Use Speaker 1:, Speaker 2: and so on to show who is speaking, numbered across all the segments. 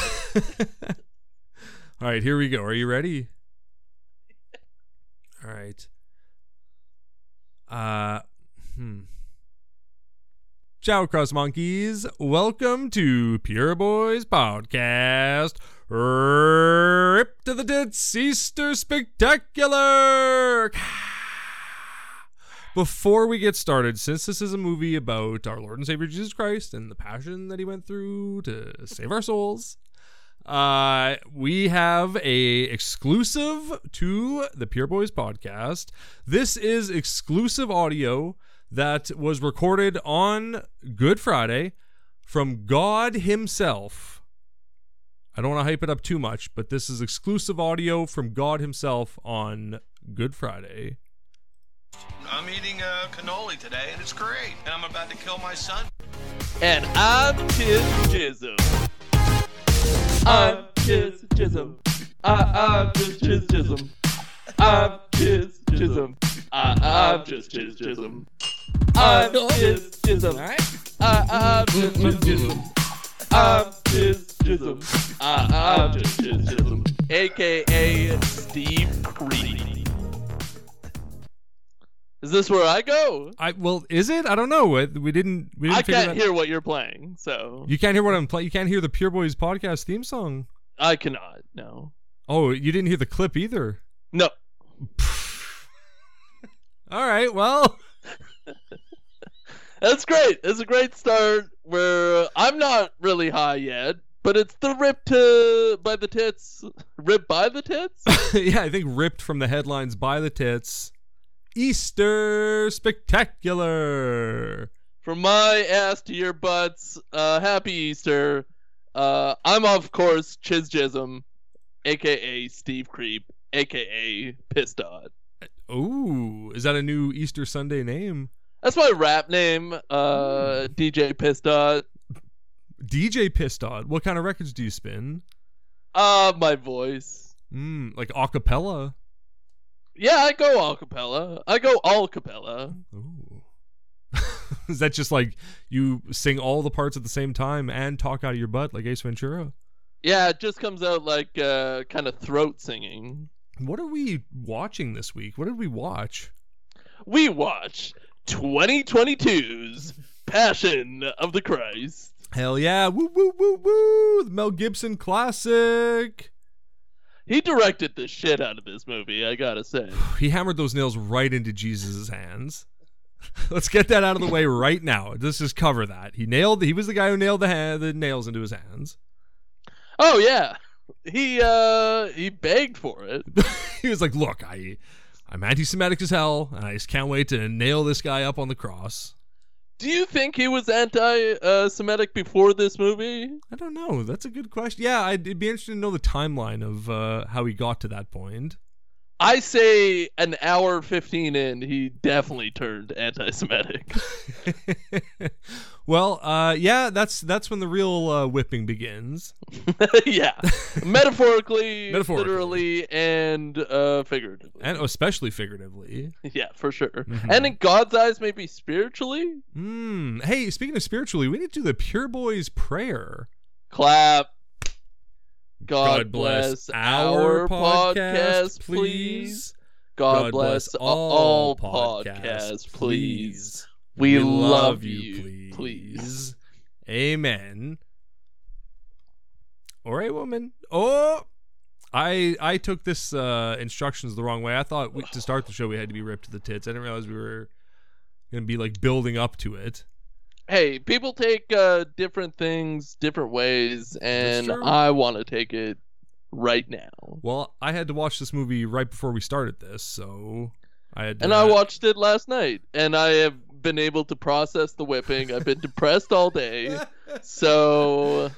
Speaker 1: All right, here we go. Are you ready? All right. Uh, hmm. Ciao, Cross Monkeys. Welcome to Pure Boys Podcast. Rip to the Dits Easter Spectacular. Before we get started, since this is a movie about our Lord and Savior Jesus Christ and the passion that he went through to save our souls, uh, we have a exclusive to the Pure Boys podcast. This is exclusive audio that was recorded on Good Friday from God himself. I don't want to hype it up too much, but this is exclusive audio from God himself on Good Friday.
Speaker 2: I'm eating uh, cannoli today, and it's great. And I'm about to kill my son.
Speaker 3: And I'm Tiz Jism. I'm Tiz Jism. I, I'm just Tiz Jism. I'm Tiz Jism. I, I'm just Tiz Jism. I'm Tiz Jism. I, I'm just Tiz Jism. I'm Tiz Jism. I, I'm just Tiz Jism. AKA Steve Creedy. Is this where I go?
Speaker 1: I well, is it? I don't know. We we didn't. We didn't
Speaker 3: I
Speaker 1: figure
Speaker 3: can't
Speaker 1: that-
Speaker 3: hear what you're playing, so
Speaker 1: You can't hear what I'm playing. You can't hear the Pure Boys podcast theme song.
Speaker 3: I cannot. No.
Speaker 1: Oh, you didn't hear the clip either.
Speaker 3: No.
Speaker 1: All right. Well,
Speaker 3: That's great. It's a great start. Where I'm not really high yet, but it's the rip to by the tits, rip by the tits.
Speaker 1: yeah, I think ripped from the headlines by the tits. Easter spectacular.
Speaker 3: From my ass to your butts. Uh, happy Easter. Uh, I'm of course Chiz Jism, aka Steve Creep, aka Piss Dot.
Speaker 1: Ooh, is that a new Easter Sunday name?
Speaker 3: That's my rap name. Uh, DJ Piss Dot.
Speaker 1: DJ Pistod. What kind of records do you spin?
Speaker 3: Uh, my voice.
Speaker 1: Mm, like acapella.
Speaker 3: Yeah, I go all cappella. I go all cappella.
Speaker 1: Ooh. is that just like you sing all the parts at the same time and talk out of your butt like Ace Ventura?
Speaker 3: Yeah, it just comes out like uh, kind of throat singing.
Speaker 1: What are we watching this week? What did we watch?
Speaker 3: We watch 2022's Passion of the Christ.
Speaker 1: Hell yeah. Woo woo woo woo. The Mel Gibson classic.
Speaker 3: He directed the shit out of this movie, I gotta say.
Speaker 1: He hammered those nails right into Jesus' hands. Let's get that out of the way right now. Let's just cover that. He nailed he was the guy who nailed the ha- the nails into his hands.
Speaker 3: Oh yeah, he uh he begged for it.
Speaker 1: he was like, "Look, I I'm anti-Semitic as hell, and I just can't wait to nail this guy up on the cross."
Speaker 3: Do you think he was anti-Semitic before this movie?
Speaker 1: I don't know. That's a good question. Yeah, I'd, it'd be interesting to know the timeline of uh, how he got to that point.
Speaker 3: I say an hour fifteen in, he definitely turned anti-Semitic.
Speaker 1: well, uh, yeah, that's that's when the real uh, whipping begins.
Speaker 3: yeah, metaphorically,
Speaker 1: Metaphorically.
Speaker 3: literally, and uh, figuratively.
Speaker 1: and especially figuratively.
Speaker 3: Yeah, for sure.
Speaker 1: Mhm.
Speaker 3: And in God's eyes, maybe spiritually.
Speaker 1: Mm. Hey, speaking of spiritually, we need to do the Pure Boys prayer.
Speaker 3: Clap. God,
Speaker 1: God
Speaker 3: bless, our podcast, please. God, bless, all podcasts, please. We, love you, please.
Speaker 1: Amen. All right, woman. Oh, I I took this uh, instructions the wrong way. I thought we, to start the show we had to be ripped to the tits. I didn't realize we were gonna be like building up to it.
Speaker 3: Hey, people take uh, different things different ways, and
Speaker 1: true.
Speaker 3: I want to take it right now.
Speaker 1: Well, I had to watch this movie right before we started this, so I had. To,
Speaker 3: And I watched it last night, and I have been able to process the whipping. I've been depressed all day. So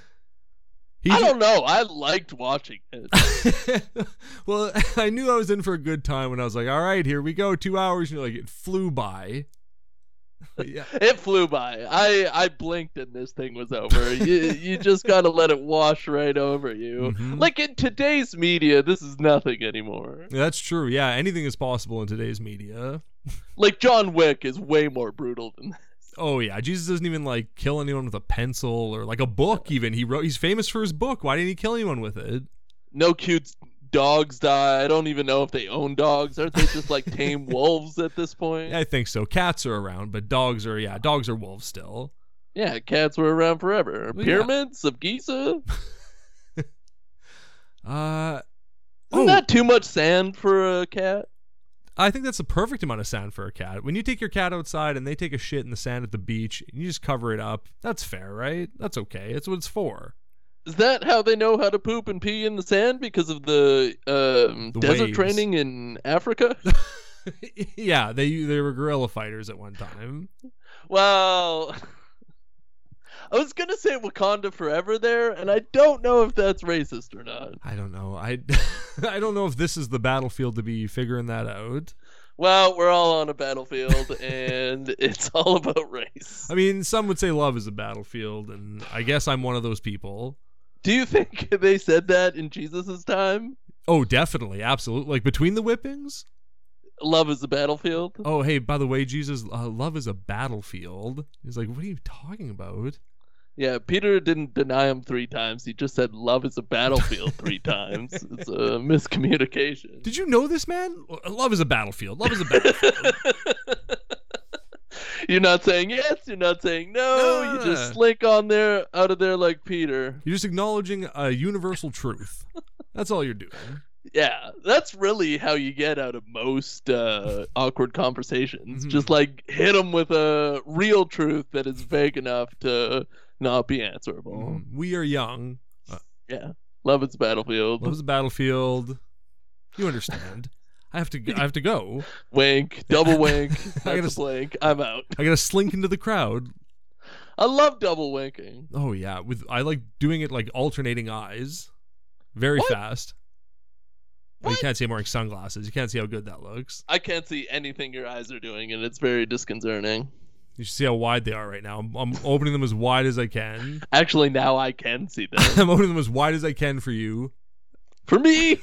Speaker 1: He
Speaker 3: I
Speaker 1: ju-
Speaker 3: don't know. I liked watching it.
Speaker 1: well, I knew I was in for a good time when I was like, "All right, here we go, two hours." And you're like, "It flew by." But yeah,
Speaker 3: It flew by. I, I blinked and this thing was over. you you just gotta let it wash right over you.
Speaker 1: Mhm.
Speaker 3: Like in today's media, this is nothing anymore.
Speaker 1: that's true. Yeah, anything is possible in today's media.
Speaker 3: Like John Wick is way more brutal than this.
Speaker 1: oh yeah, Jesus doesn't even like kill anyone with a pencil or like a book. Even he wrote. He's famous for his book. Why didn't he kill anyone with it?
Speaker 3: No cute dogs die. I don't even know if they own dogs. Aren't they just like tame wolves at this point?
Speaker 1: I think so. Cats are around, but dogs are yeah, dogs are wolves still.
Speaker 3: Yeah, cats were around forever.
Speaker 1: Well, yeah.
Speaker 3: Pyramids of Giza.
Speaker 1: Uh,
Speaker 3: Isn't
Speaker 1: Oh.
Speaker 3: that too much sand for a cat?
Speaker 1: I think that's the perfect amount of sand for a cat. When you take your cat outside and they take a shit in the sand at the beach, and you just cover it up. That's fair, right? That's okay. That's what it's for.
Speaker 3: Is that how they know how to poop and pee in the sand because of the, um,
Speaker 1: The
Speaker 3: desert
Speaker 1: waves.
Speaker 3: training in Africa?
Speaker 1: yeah, they they were guerrilla fighters at one time.
Speaker 3: well, I was gonna say Wakanda forever there, and I don't know if that's racist or not.
Speaker 1: I don't know. I I don't know if this is the battlefield to be figuring that out.
Speaker 3: Well, we're all on a battlefield, and it's all about race.
Speaker 1: I mean, some would say love is a battlefield, and I guess I'm one of those people.
Speaker 3: Do you think they said that in Jesus' time?
Speaker 1: Oh, definitely, absolutely. Like between the whippings.
Speaker 3: Love is a battlefield.
Speaker 1: Oh, hey, by the way, Jesus, uh, love is a battlefield. He's like, what are you talking about?
Speaker 3: Yeah, Peter didn't deny him three times. He just said love is a battlefield three times. It's a miscommunication.
Speaker 1: Did you know this man? Love is a battlefield. Love is a battlefield.
Speaker 3: you're not saying yes, you're not saying no,
Speaker 1: No,
Speaker 3: you
Speaker 1: no,
Speaker 3: just
Speaker 1: no.
Speaker 3: slink on there out of there like Peter.
Speaker 1: you're just acknowledging a universal truth. That's all you're doing.
Speaker 3: Yeah, that's really how you get out of most uh, awkward conversations.
Speaker 1: Mhm.
Speaker 3: Just like hit them with a real truth that is vague enough to not be answerable.
Speaker 1: We are young.
Speaker 3: Yeah, love is a battlefield.
Speaker 1: Love is a battlefield. You understand. I have to. I have to go.
Speaker 3: Wink, double wink,
Speaker 1: gotta
Speaker 3: that's
Speaker 1: s-
Speaker 3: a blink. I'm out.
Speaker 1: I gotta slink into the crowd.
Speaker 3: I love double winking.
Speaker 1: Oh yeah, with I like doing it like alternating eyes, very
Speaker 3: What?
Speaker 1: fast. Well, you
Speaker 3: What?
Speaker 1: can't see I'm wearing sunglasses. You can't see how good that looks.
Speaker 3: I can't see anything your eyes are doing, and it's very disconcerting.
Speaker 1: You should see how wide they are right now. I'm, I'm opening them as wide as I can.
Speaker 3: Actually, now I can see them.
Speaker 1: I'm opening them as wide as I can for you.
Speaker 3: For me.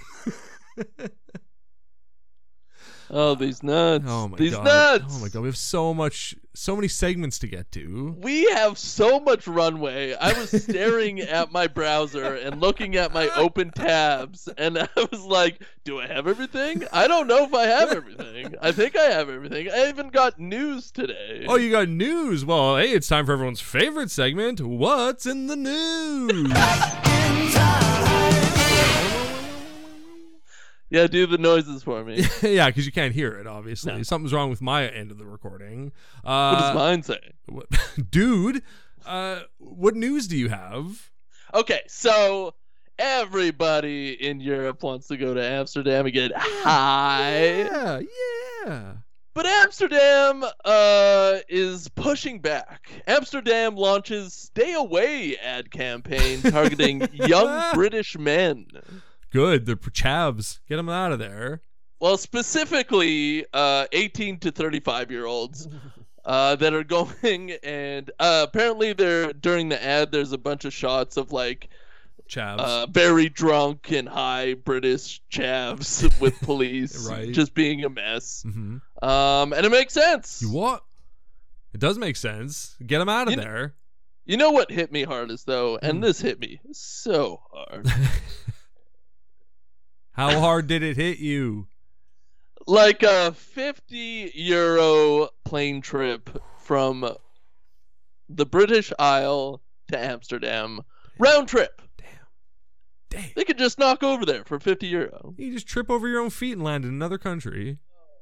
Speaker 3: oh, these nuts!
Speaker 1: Oh my
Speaker 3: these
Speaker 1: god!
Speaker 3: nuts!
Speaker 1: Oh my god! We have so much, so many segments to get to.
Speaker 3: We have so much runway. I was staring at my browser and looking at my open tabs, and I was like, "Do I have everything? I don't know if I have everything. I think I have everything. I even got news today.
Speaker 1: Oh, you got news? Well, hey, it's time for everyone's favorite segment. What's in the news?
Speaker 3: yeah, do the noises for me.
Speaker 1: yeah, because you can't hear it. Obviously,
Speaker 3: No.
Speaker 1: something's wrong with my end of the recording.
Speaker 3: What does
Speaker 1: Uh,
Speaker 3: mine say?
Speaker 1: What- dude uh what news do you have
Speaker 3: Okay, so everybody in Europe wants to go to Amsterdam and get high.
Speaker 1: yeah yeah
Speaker 3: But Amsterdam uh, is pushing back. Amsterdam launches Stay Away ad campaign targeting young British men.
Speaker 1: good they're chavs get them out of there
Speaker 3: Well, specifically uh, 18 to 35 year olds. uh, that are going and uh, apparently they're during the ad there's a bunch of shots of like
Speaker 1: chavs
Speaker 3: uh, very drunk and high British chavs with police,
Speaker 1: Right.
Speaker 3: just being a mess.
Speaker 1: hmm
Speaker 3: Um, and it makes sense.
Speaker 1: you what it does make sense get them out of
Speaker 3: You kn-
Speaker 1: there
Speaker 3: You know what hit me hardest though, and
Speaker 1: Hmm.
Speaker 3: this hit me so hard.
Speaker 1: how hard did it hit you
Speaker 3: like a 50 euro plane trip from the British Isle to Amsterdam, round trip.
Speaker 1: damn
Speaker 3: They could just knock over there for 50 euro.
Speaker 1: you just trip over your own feet and land in another country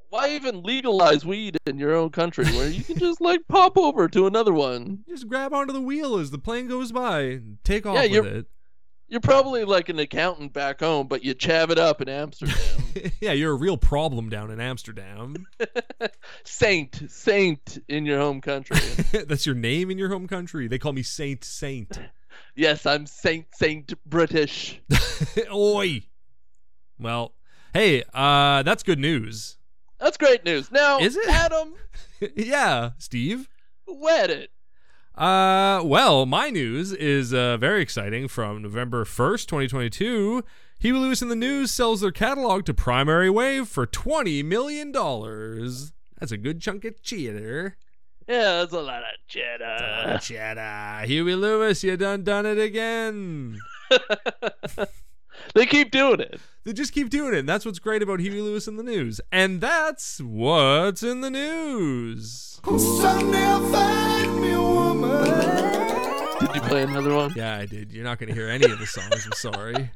Speaker 3: Why even legalize weed in your own country where you can just like pop over to another one?
Speaker 1: just grab onto the wheel as the plane goes by and take off
Speaker 3: Yeah,
Speaker 1: with
Speaker 3: you're-
Speaker 1: it
Speaker 3: You're probably like an accountant back home, but you chav it up in Amsterdam.
Speaker 1: yeah you're a real problem down in amsterdam
Speaker 3: saint, saint in your home country.
Speaker 1: that's your name in your home country they call me saint saint
Speaker 3: yes, I'm saint, saint British.
Speaker 1: Oi. Well, hey, uh, that's good news.
Speaker 3: That's great news. Now,
Speaker 1: Is it?
Speaker 3: Adam,
Speaker 1: yeah, Steve.
Speaker 3: wet it.
Speaker 1: Uh, well, my news is uh, very exciting. From November 1st, 2022, Huey Lewis in the News sells their catalog to Primary Wave for $20 million. That's a good chunk of cheater.
Speaker 3: Yeah, that's a lot of cheddar.
Speaker 1: Cheddar. Huey Lewis, you done done it again.
Speaker 3: they keep doing it.
Speaker 1: They just keep doing it. And that's what's great about Huey Lewis in the news. And that's what's in the news.
Speaker 4: Someday I'll find me a woman.
Speaker 3: Did you play another one?
Speaker 1: Yeah, I did. You're not going to hear any of the songs. I'm sorry.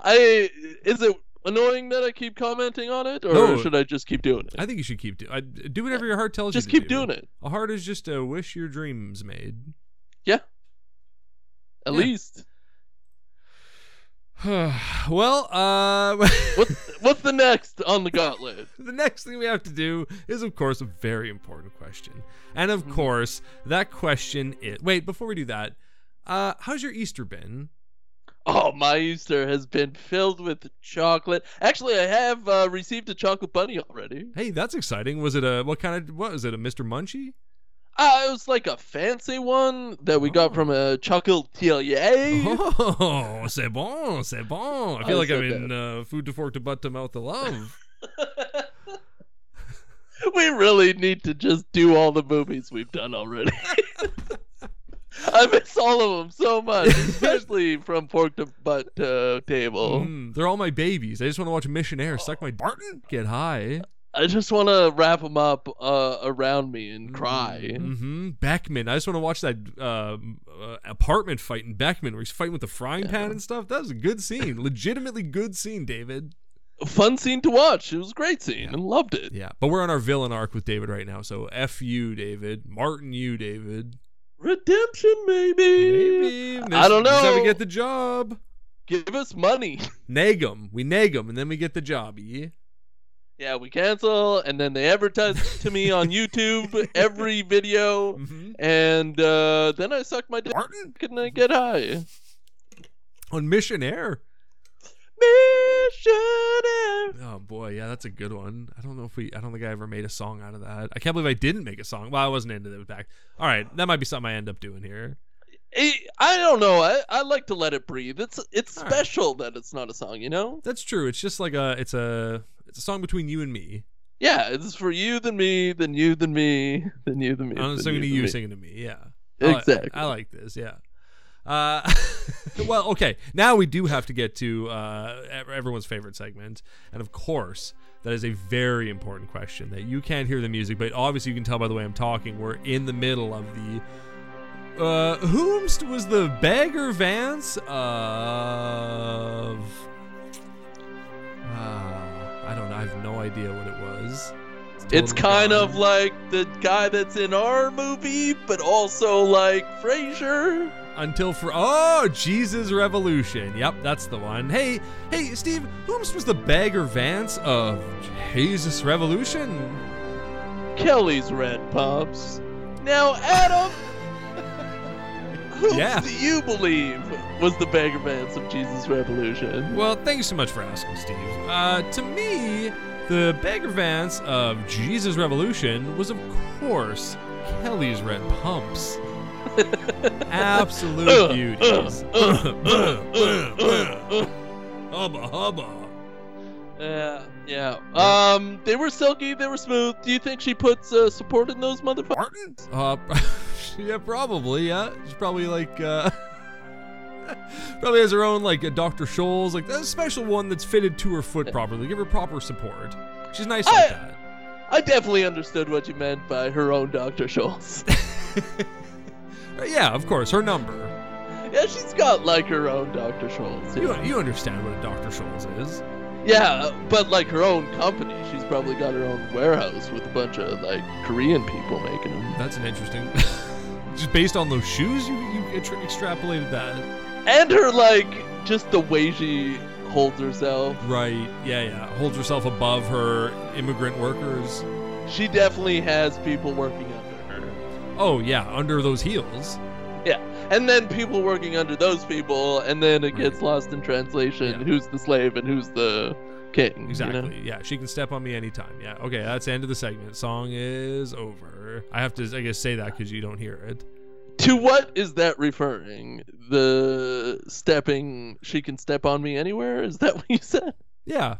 Speaker 3: I is it annoying that I keep commenting on it, or
Speaker 1: No.
Speaker 3: should I just keep doing it?
Speaker 1: I think you should keep do- I, do whatever your heart tells
Speaker 3: Just
Speaker 1: you. to
Speaker 3: keep
Speaker 1: do.
Speaker 3: doing it.
Speaker 1: A heart is just a wish your dreams made.
Speaker 3: At
Speaker 1: Yeah.
Speaker 3: least.
Speaker 1: well, uh,
Speaker 3: What what's the next on the gauntlet?
Speaker 1: the next thing we have to do is, of course, a very important question. And of course, that question is. Wait, before we do that, uh, how's your Easter been?
Speaker 3: Oh, my Easter has been filled with chocolate. Actually, I have uh, received a chocolate bunny already.
Speaker 1: Hey, that's exciting. Was it a what kind of what was it? A Mr. Munchie?
Speaker 3: Ah, it was like a fancy one that we got from a chocolatier.
Speaker 1: Oh, c'est bon, c'est bon. I feel
Speaker 3: Oh,
Speaker 1: like
Speaker 3: so
Speaker 1: I'm in uh, food to fork to butt to mouth to love.
Speaker 3: we really need to just do all the movies we've done already. I miss all of them so much, especially from Fork to Butt uh, Table.
Speaker 1: Mm, they're all my babies. I just want to watch Missionaire suck my Barton. Get high.
Speaker 3: I just want to wrap them up uh, around me
Speaker 1: Mm-hmm.
Speaker 3: and cry.
Speaker 1: hmm Beckman. I just want to watch that uh, uh, apartment fight in Beckman where he's fighting with the frying pan and stuff. That was a good scene. Legitimately good scene, David.
Speaker 3: Fun scene to watch. It was a great scene and loved it.
Speaker 1: Yeah, but we're on our villain arc with David right now. So F you, David. Martin you, David.
Speaker 3: Redemption, maybe.
Speaker 1: Maybe.
Speaker 3: I don't
Speaker 1: Just have to
Speaker 3: know.
Speaker 1: get the job.
Speaker 3: Give us money.
Speaker 1: Nag 'em. We nag 'em, and then we get the job. Yeah.
Speaker 3: Yeah, we cancel, and then they advertise to me on YouTube every video,
Speaker 1: Mm-hmm.
Speaker 3: and uh, then I suck my dick
Speaker 1: Martin
Speaker 3: and I get high.
Speaker 1: on Missionaire.
Speaker 3: Missionaire.
Speaker 1: Oh boy, yeah, that's a good one. I don't know if we I don't think I ever made a song out of that. I can't believe I didn't make a song. Well, I wasn't into it back. All right, that might be something I end up doing here.
Speaker 3: I, Eh, I don't know. I, I like to let it breathe. It's it's
Speaker 1: All right.
Speaker 3: special that it's not a song, you know?
Speaker 1: That's true. It's just like a it's a it's a song between you and me.
Speaker 3: Yeah, it's for you than me, then you than me, then you than me.
Speaker 1: I'm
Speaker 3: than
Speaker 1: singing to
Speaker 3: than
Speaker 1: you,
Speaker 3: me.
Speaker 1: singing to me. Yeah. Oh, I li-
Speaker 3: Exactly.
Speaker 1: I, like this. Yeah. Uh, well, okay. Now we do have to get to uh, ev- everyone's favorite segment, and of course, that is a very important question that you can't hear the music, but obviously you can tell by the way I'm talking. We're in the middle of the. Uh, whomst was the beggar Vance of? Uh, I don't know. I have no idea what it was.
Speaker 3: It's
Speaker 1: totally
Speaker 3: kind
Speaker 1: gone.
Speaker 3: of like the guy that's in our movie, but also like Frasier.
Speaker 1: until for oh Jesus Revolution. Yep, that's the one. Hey, hey, Steve, whomst was the beggar Vance of Jesus Revolution?
Speaker 3: Kelly's Red Pops. Now, Adam, who
Speaker 1: Yeah.
Speaker 3: do you believe was the beggar Vance of Jesus Revolution?
Speaker 1: Well, thanks so much for asking, Steve. Uh, to me, the beggar Vance of Jesus Revolution was, of course, Kelly's Red Pumps. Absolute
Speaker 3: Uh,
Speaker 1: beauties.
Speaker 3: uh, uh,
Speaker 1: Hubba hubba.
Speaker 3: Yeah, yeah. Um, they were silky, they were smooth. Do you think she puts uh, support in those motherfuckers?
Speaker 1: Martin? Uh, yeah, probably. Yeah, she's probably like uh, probably has her own like a Dr. Scholl's, like a special one that's fitted to her foot properly. Give her proper support. She's nice like
Speaker 3: I-
Speaker 1: that.
Speaker 3: I definitely understood what you meant by her own Dr. Schultz.
Speaker 1: Uh, yeah, of course, her number.
Speaker 3: yeah, she's got like her own Dr. Schultz.
Speaker 1: You
Speaker 3: Yeah.
Speaker 1: you understand what a Dr. Scholl's is?
Speaker 3: yeah, but like her own company. She's probably got her own warehouse with a bunch of like Korean people making them.
Speaker 1: That's an interesting. Just based on those shoes, you you extra- extrapolated that.
Speaker 3: and her like just the way she holds herself
Speaker 1: Right. Yeah, yeah. Holds herself above her immigrant workers.
Speaker 3: she definitely has people working under her
Speaker 1: Oh yeah, under those heels.
Speaker 3: and then people working under those people and then it gets lost in translation
Speaker 1: Yeah.
Speaker 3: who's the slave and who's the king you know?
Speaker 1: Exactly. Yeah, she can step on me anytime. Yeah. Okay, that's the end of the segment. Song is over. I have to, I guess, say that because you don't hear it.
Speaker 3: to what is that referring the stepping she can step on me anywhere is that what you said
Speaker 1: Yeah.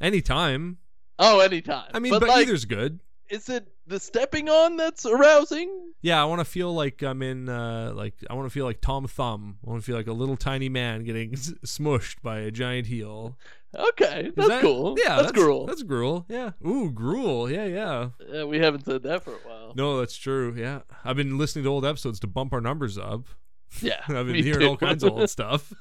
Speaker 1: Anytime.
Speaker 3: oh anytime
Speaker 1: I mean,
Speaker 3: but,
Speaker 1: but,
Speaker 3: like
Speaker 1: either's good.
Speaker 3: is it the stepping on that's arousing?
Speaker 1: Yeah, I want to feel like I'm in, uh, like I want to feel like Tom Thumb. I want to feel like a little tiny man getting s- smushed by a giant heel.
Speaker 3: Okay,
Speaker 1: Is
Speaker 3: that's
Speaker 1: that-
Speaker 3: cool.
Speaker 1: Yeah,
Speaker 3: that's, cool.
Speaker 1: That's gruel. Yeah. Ooh, gruel. Yeah, yeah.
Speaker 3: Yeah, we haven't said that for a while.
Speaker 1: No, that's true. Yeah, I've been listening to old episodes to bump our numbers up.
Speaker 3: Yeah,
Speaker 1: I've been
Speaker 3: me
Speaker 1: hearing
Speaker 3: too.
Speaker 1: all kinds of old stuff.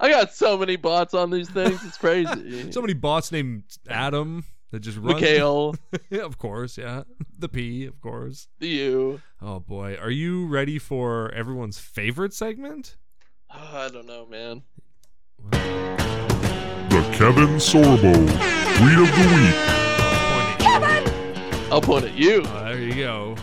Speaker 3: I got so many bots on these things. It's crazy.
Speaker 1: So many bots named Adam that just run.
Speaker 3: Mikhail,
Speaker 1: yeah, of course. Yeah, the P, of course.
Speaker 3: the you.
Speaker 1: Oh boy, are you ready for everyone's favorite segment?
Speaker 3: Oh, I don't know, man.
Speaker 5: The Kevin Sorbo Tweet of the Week.
Speaker 1: Pointing.
Speaker 3: I'll point at you.
Speaker 1: Uh, there you go.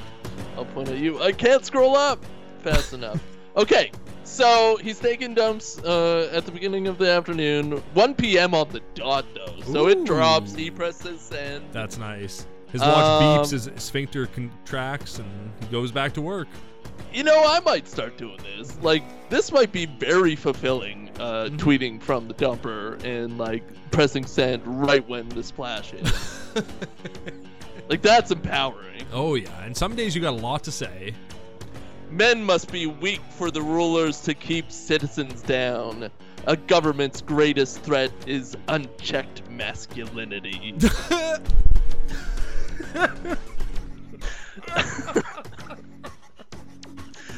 Speaker 3: I'll point at you. I can't scroll up fast enough. Okay, so he's taking dumps uh, at the beginning of the afternoon, 1 p.m. on the dot though. So it drops.
Speaker 1: Ooh.
Speaker 3: He presses send.
Speaker 1: That's nice. His watch
Speaker 3: Um,
Speaker 1: beeps, his sphincter contracts, and he goes back to work.
Speaker 3: you know, I might start doing this. Like, this might be very fulfilling, uh, tweeting from the dumper and, like, pressing send right when the splash is. like, that's empowering.
Speaker 1: Oh yeah, and some days you got a lot to say.
Speaker 3: Men must be weak for the rulers to keep citizens down. A government's greatest threat is unchecked masculinity.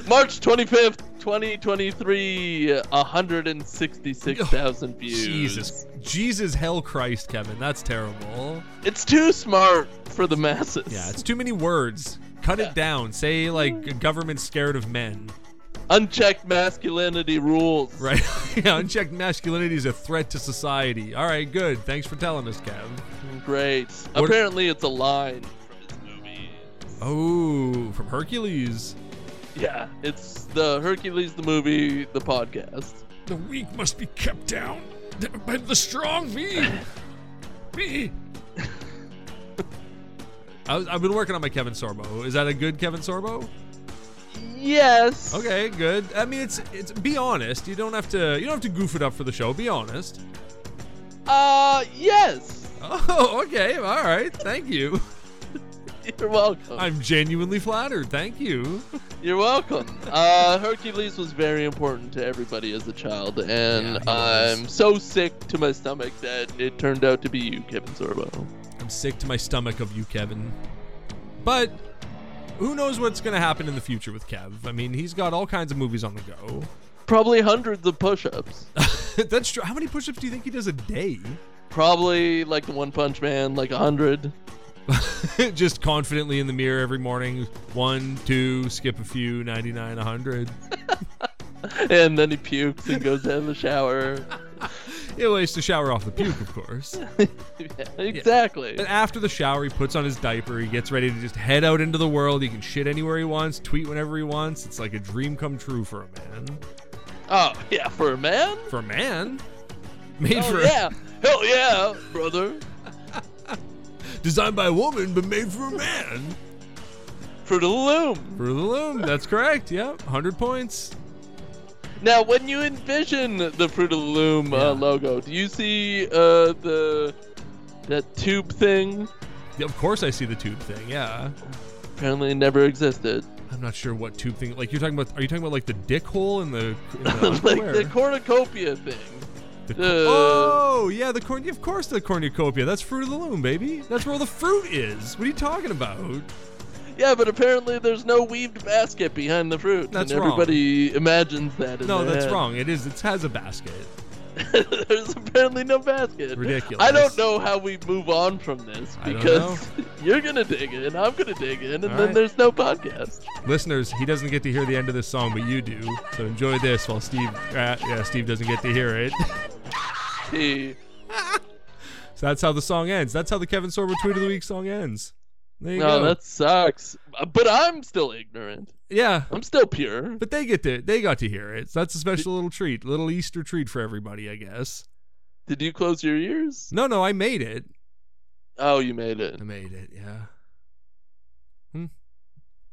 Speaker 3: March 25th, 2023, 166,000 views.
Speaker 1: Jesus, Jesus, hell, Christ, Kevin, that's terrible.
Speaker 3: It's too smart for the masses.
Speaker 1: Yeah, it's too many words. Cut it down. Say like government scared of men,
Speaker 3: Unchecked masculinity rules.
Speaker 1: right? yeah, unchecked masculinity is a threat to society. All right, good. Thanks for telling us, Kev.
Speaker 3: Great.
Speaker 1: What-
Speaker 3: Apparently, it's a line from his movie.
Speaker 1: Oh, from Hercules.
Speaker 3: Yeah, it's the Hercules the movie, the podcast.
Speaker 1: The weak must be kept down by the strong me. Me. I was, I've been working on my Kevin Sorbo. Is that a good Kevin Sorbo?
Speaker 3: Yes.
Speaker 1: Okay, good. I mean, it's it's. Be honest. You don't have to. You don't have to goof it up for the show. Be honest.
Speaker 3: Uh, yes.
Speaker 1: Oh, okay. All right. Thank you.
Speaker 3: You're welcome.
Speaker 1: I'm genuinely flattered. Thank you.
Speaker 3: You're welcome. Uh, Hercules was very important to everybody as a child, and
Speaker 1: Yeah, he was.
Speaker 3: I'm so sick to my stomach that it turned out to be you, Kevin Sorbo.
Speaker 1: I'm sick to my stomach of you, Kevin. But who knows what's going to happen in the future with Kev? I mean, he's got all kinds of movies on the go.
Speaker 3: Probably hundreds of push-ups.
Speaker 1: That's true. How many push-ups do you think he does a day?
Speaker 3: Probably like the One Punch Man, like a hundred.
Speaker 1: Just confidently in the mirror every morning. One, two, skip a few, 99, 100.
Speaker 3: And then he pukes and goes down the shower.
Speaker 1: He likes to shower off the puke, of course.
Speaker 3: Yeah, exactly.
Speaker 1: And after the shower, he puts on his diaper. He gets ready to just head out into the world. He can shit anywhere he wants, tweet whenever he wants. It's like a dream come true for a man.
Speaker 3: Oh, yeah, for a man?
Speaker 1: For a man? Made
Speaker 3: Oh,
Speaker 1: for
Speaker 3: yeah. Hell yeah, brother.
Speaker 1: designed by a woman, but made for a man.
Speaker 3: For the loom.
Speaker 1: For the loom. That's correct. Yep. Hundred points.
Speaker 3: Now, when you envision the Fruit of the Loom
Speaker 1: Yeah.
Speaker 3: uh, logo, do you see uh, the that tube thing?
Speaker 1: Yeah, of course I see the tube thing, yeah.
Speaker 3: Apparently, it never existed.
Speaker 1: I'm not sure what tube thing like you're talking about are you talking about like the dick hole in the, in the
Speaker 3: like
Speaker 1: underwear?
Speaker 3: the cornucopia thing.
Speaker 1: The co-
Speaker 3: uh,
Speaker 1: Oh yeah, the corn of course the cornucopia. That's fruit of the loom, baby. That's where all the fruit is. What are you talking about?
Speaker 3: Yeah, but apparently, there's no weaved basket behind the fruit,
Speaker 1: That's
Speaker 3: and
Speaker 1: wrong.
Speaker 3: everybody imagines that. In
Speaker 1: No,
Speaker 3: their
Speaker 1: that's
Speaker 3: head.
Speaker 1: wrong. It is it has a basket.
Speaker 3: there's apparently no basket.
Speaker 1: Ridiculous.
Speaker 3: I don't know how we move on from this
Speaker 1: I don't
Speaker 3: because you're gonna dig in, I'm gonna dig in, and
Speaker 1: All
Speaker 3: then
Speaker 1: right.
Speaker 3: there's no podcast.
Speaker 1: Listeners, he doesn't get to hear the end of this song, but you do. So enjoy this while Steve uh, yeah, Steve doesn't get to hear it.
Speaker 3: Hey,
Speaker 1: So that's how the song ends. That's how the Kevin Sorbo tweet of the week song ends. There you
Speaker 3: no,
Speaker 1: go.
Speaker 3: that sucks. Uh, But I'm still ignorant.
Speaker 1: yeah.
Speaker 3: I'm still pure.
Speaker 1: But they get to they got to hear it. So that's a special little treat, little Easter treat for everybody, I guess.
Speaker 3: Did you close your ears?
Speaker 1: No, no, I made it.
Speaker 3: Oh, you made it.
Speaker 1: I made it. Yeah. Hmm.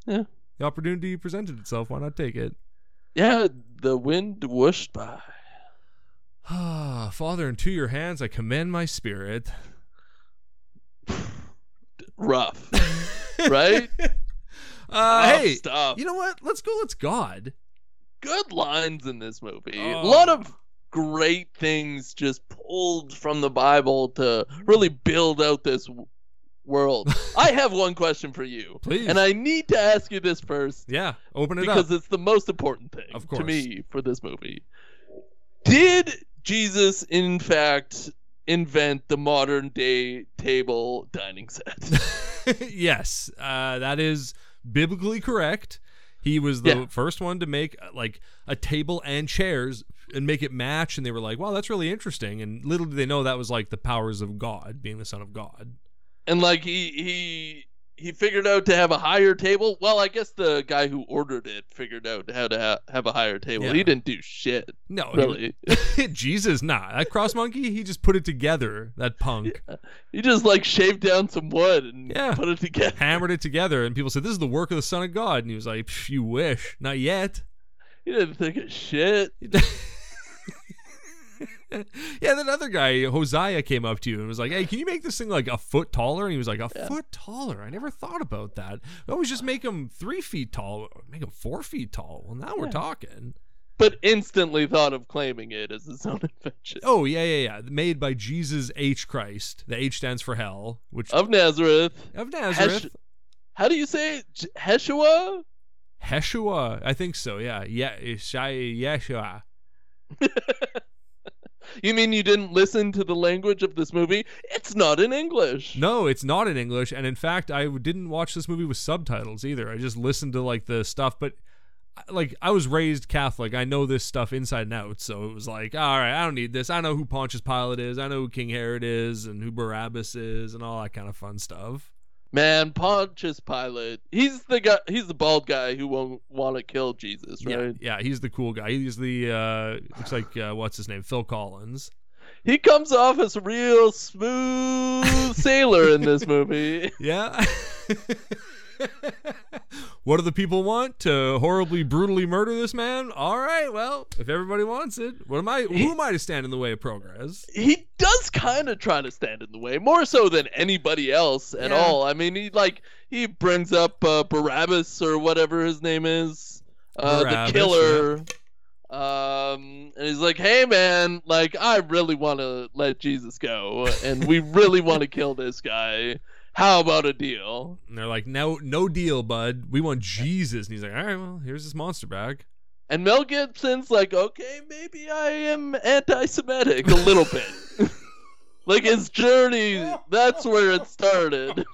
Speaker 3: Yeah.
Speaker 1: The opportunity presented itself. Why not take it?
Speaker 3: Yeah, the wind whooshed by.
Speaker 1: Ah, Father, into your hands I commend my spirit.
Speaker 3: Rough. right?
Speaker 1: Uh,
Speaker 3: Tough
Speaker 1: hey,
Speaker 3: stuff.
Speaker 1: you know what? Let's go. Let's God.
Speaker 3: Good lines in this movie.
Speaker 1: Oh.
Speaker 3: A lot of great things just pulled from the Bible to really build out this w- world. I have one question for you,
Speaker 1: Please.
Speaker 3: and I need to ask you this first
Speaker 1: Yeah, open it
Speaker 3: because
Speaker 1: up.
Speaker 3: it's the most important thing
Speaker 1: Of
Speaker 3: to
Speaker 1: course.
Speaker 3: me for this movie. Did Jesus, in fact, invent the modern day table dining set?
Speaker 1: yes, uh, that is biblically correct. He was the
Speaker 3: Yeah.
Speaker 1: first one to make uh, like a table and chairs and make it match. And they were like, "Wow, that's really interesting." And little did they know that was like the powers of God, being the Son of God.
Speaker 3: and like he he he figured out to have a higher table. Well, I guess the guy who ordered it figured out how to ha- have a higher table.
Speaker 1: Yeah.
Speaker 3: He didn't do shit
Speaker 1: No, he-
Speaker 3: really.
Speaker 1: Jesus, nah. That cross monkey, he just put it together. That punk
Speaker 3: he just like shaved down some wood and
Speaker 1: Yeah.
Speaker 3: put it together.
Speaker 1: hammered it together, and people said, "This is the work of the Son of God." And he was like, "Pff, "You wish, not yet."
Speaker 3: He didn't think of shit.
Speaker 1: yeah, that other guy, Hosea, came up to you and was like, "Hey, can you make this thing like a foot taller?" And he was like, "A foot taller? I never thought about that. We always just make them three feet tall, or make them four feet tall. Well, now we're talking.
Speaker 3: But instantly thought of claiming it as his own invention.
Speaker 1: Oh yeah, yeah, yeah. Made by Jesus H Christ. The H stands for hell, which
Speaker 3: Of Nazareth.
Speaker 1: of Nazareth,
Speaker 3: Uh, Hesh- how do you say it? J- Heshua?
Speaker 1: Heshua. I think so. Yeah, yeah, Ishai Yeshua.
Speaker 3: You mean you didn't listen to the language of this movie? It's not in English.
Speaker 1: No, it's not in English. And in fact, I didn't watch this movie with subtitles either. I just listened to like the stuff. But like, I was raised Catholic. I know this stuff inside and out. So it was like, all right, I don't need this. I know who Pontius Pilate is. I know who King Herod is and who Barabbas is and all that kind of fun stuff.
Speaker 3: Man, Pontius Pilate. He's the guy he's the bald guy who won't want to kill Jesus,
Speaker 1: Yeah,
Speaker 3: right?
Speaker 1: yeah, he's the cool guy. He's the uh, looks like uh, what's his name, Phil Collins.
Speaker 3: He comes off as a real smooth sailor in this movie.
Speaker 1: Yeah. what do the people want to horribly, brutally murder this man? All right, well, if everybody wants it, what am I? Who am I to stand in the way of progress?
Speaker 3: He does kind of try to stand in the way, more so than anybody else at
Speaker 1: Yeah.
Speaker 3: all. I mean, he like he brings up uh, Barabbas or whatever his name is, uh,
Speaker 1: Barabbas,
Speaker 3: the killer. Um, and he's like, "Hey, man, like I really want to let Jesus go, and we really want to kill this guy. How about a deal?"
Speaker 1: And they're like, no, no deal, bud. We want Jesus. And he's like, all right, well, here's this monster bag.
Speaker 3: And Mel Gibson's like, okay, maybe I am anti Semitic a little bit. like his journey, that's where it started.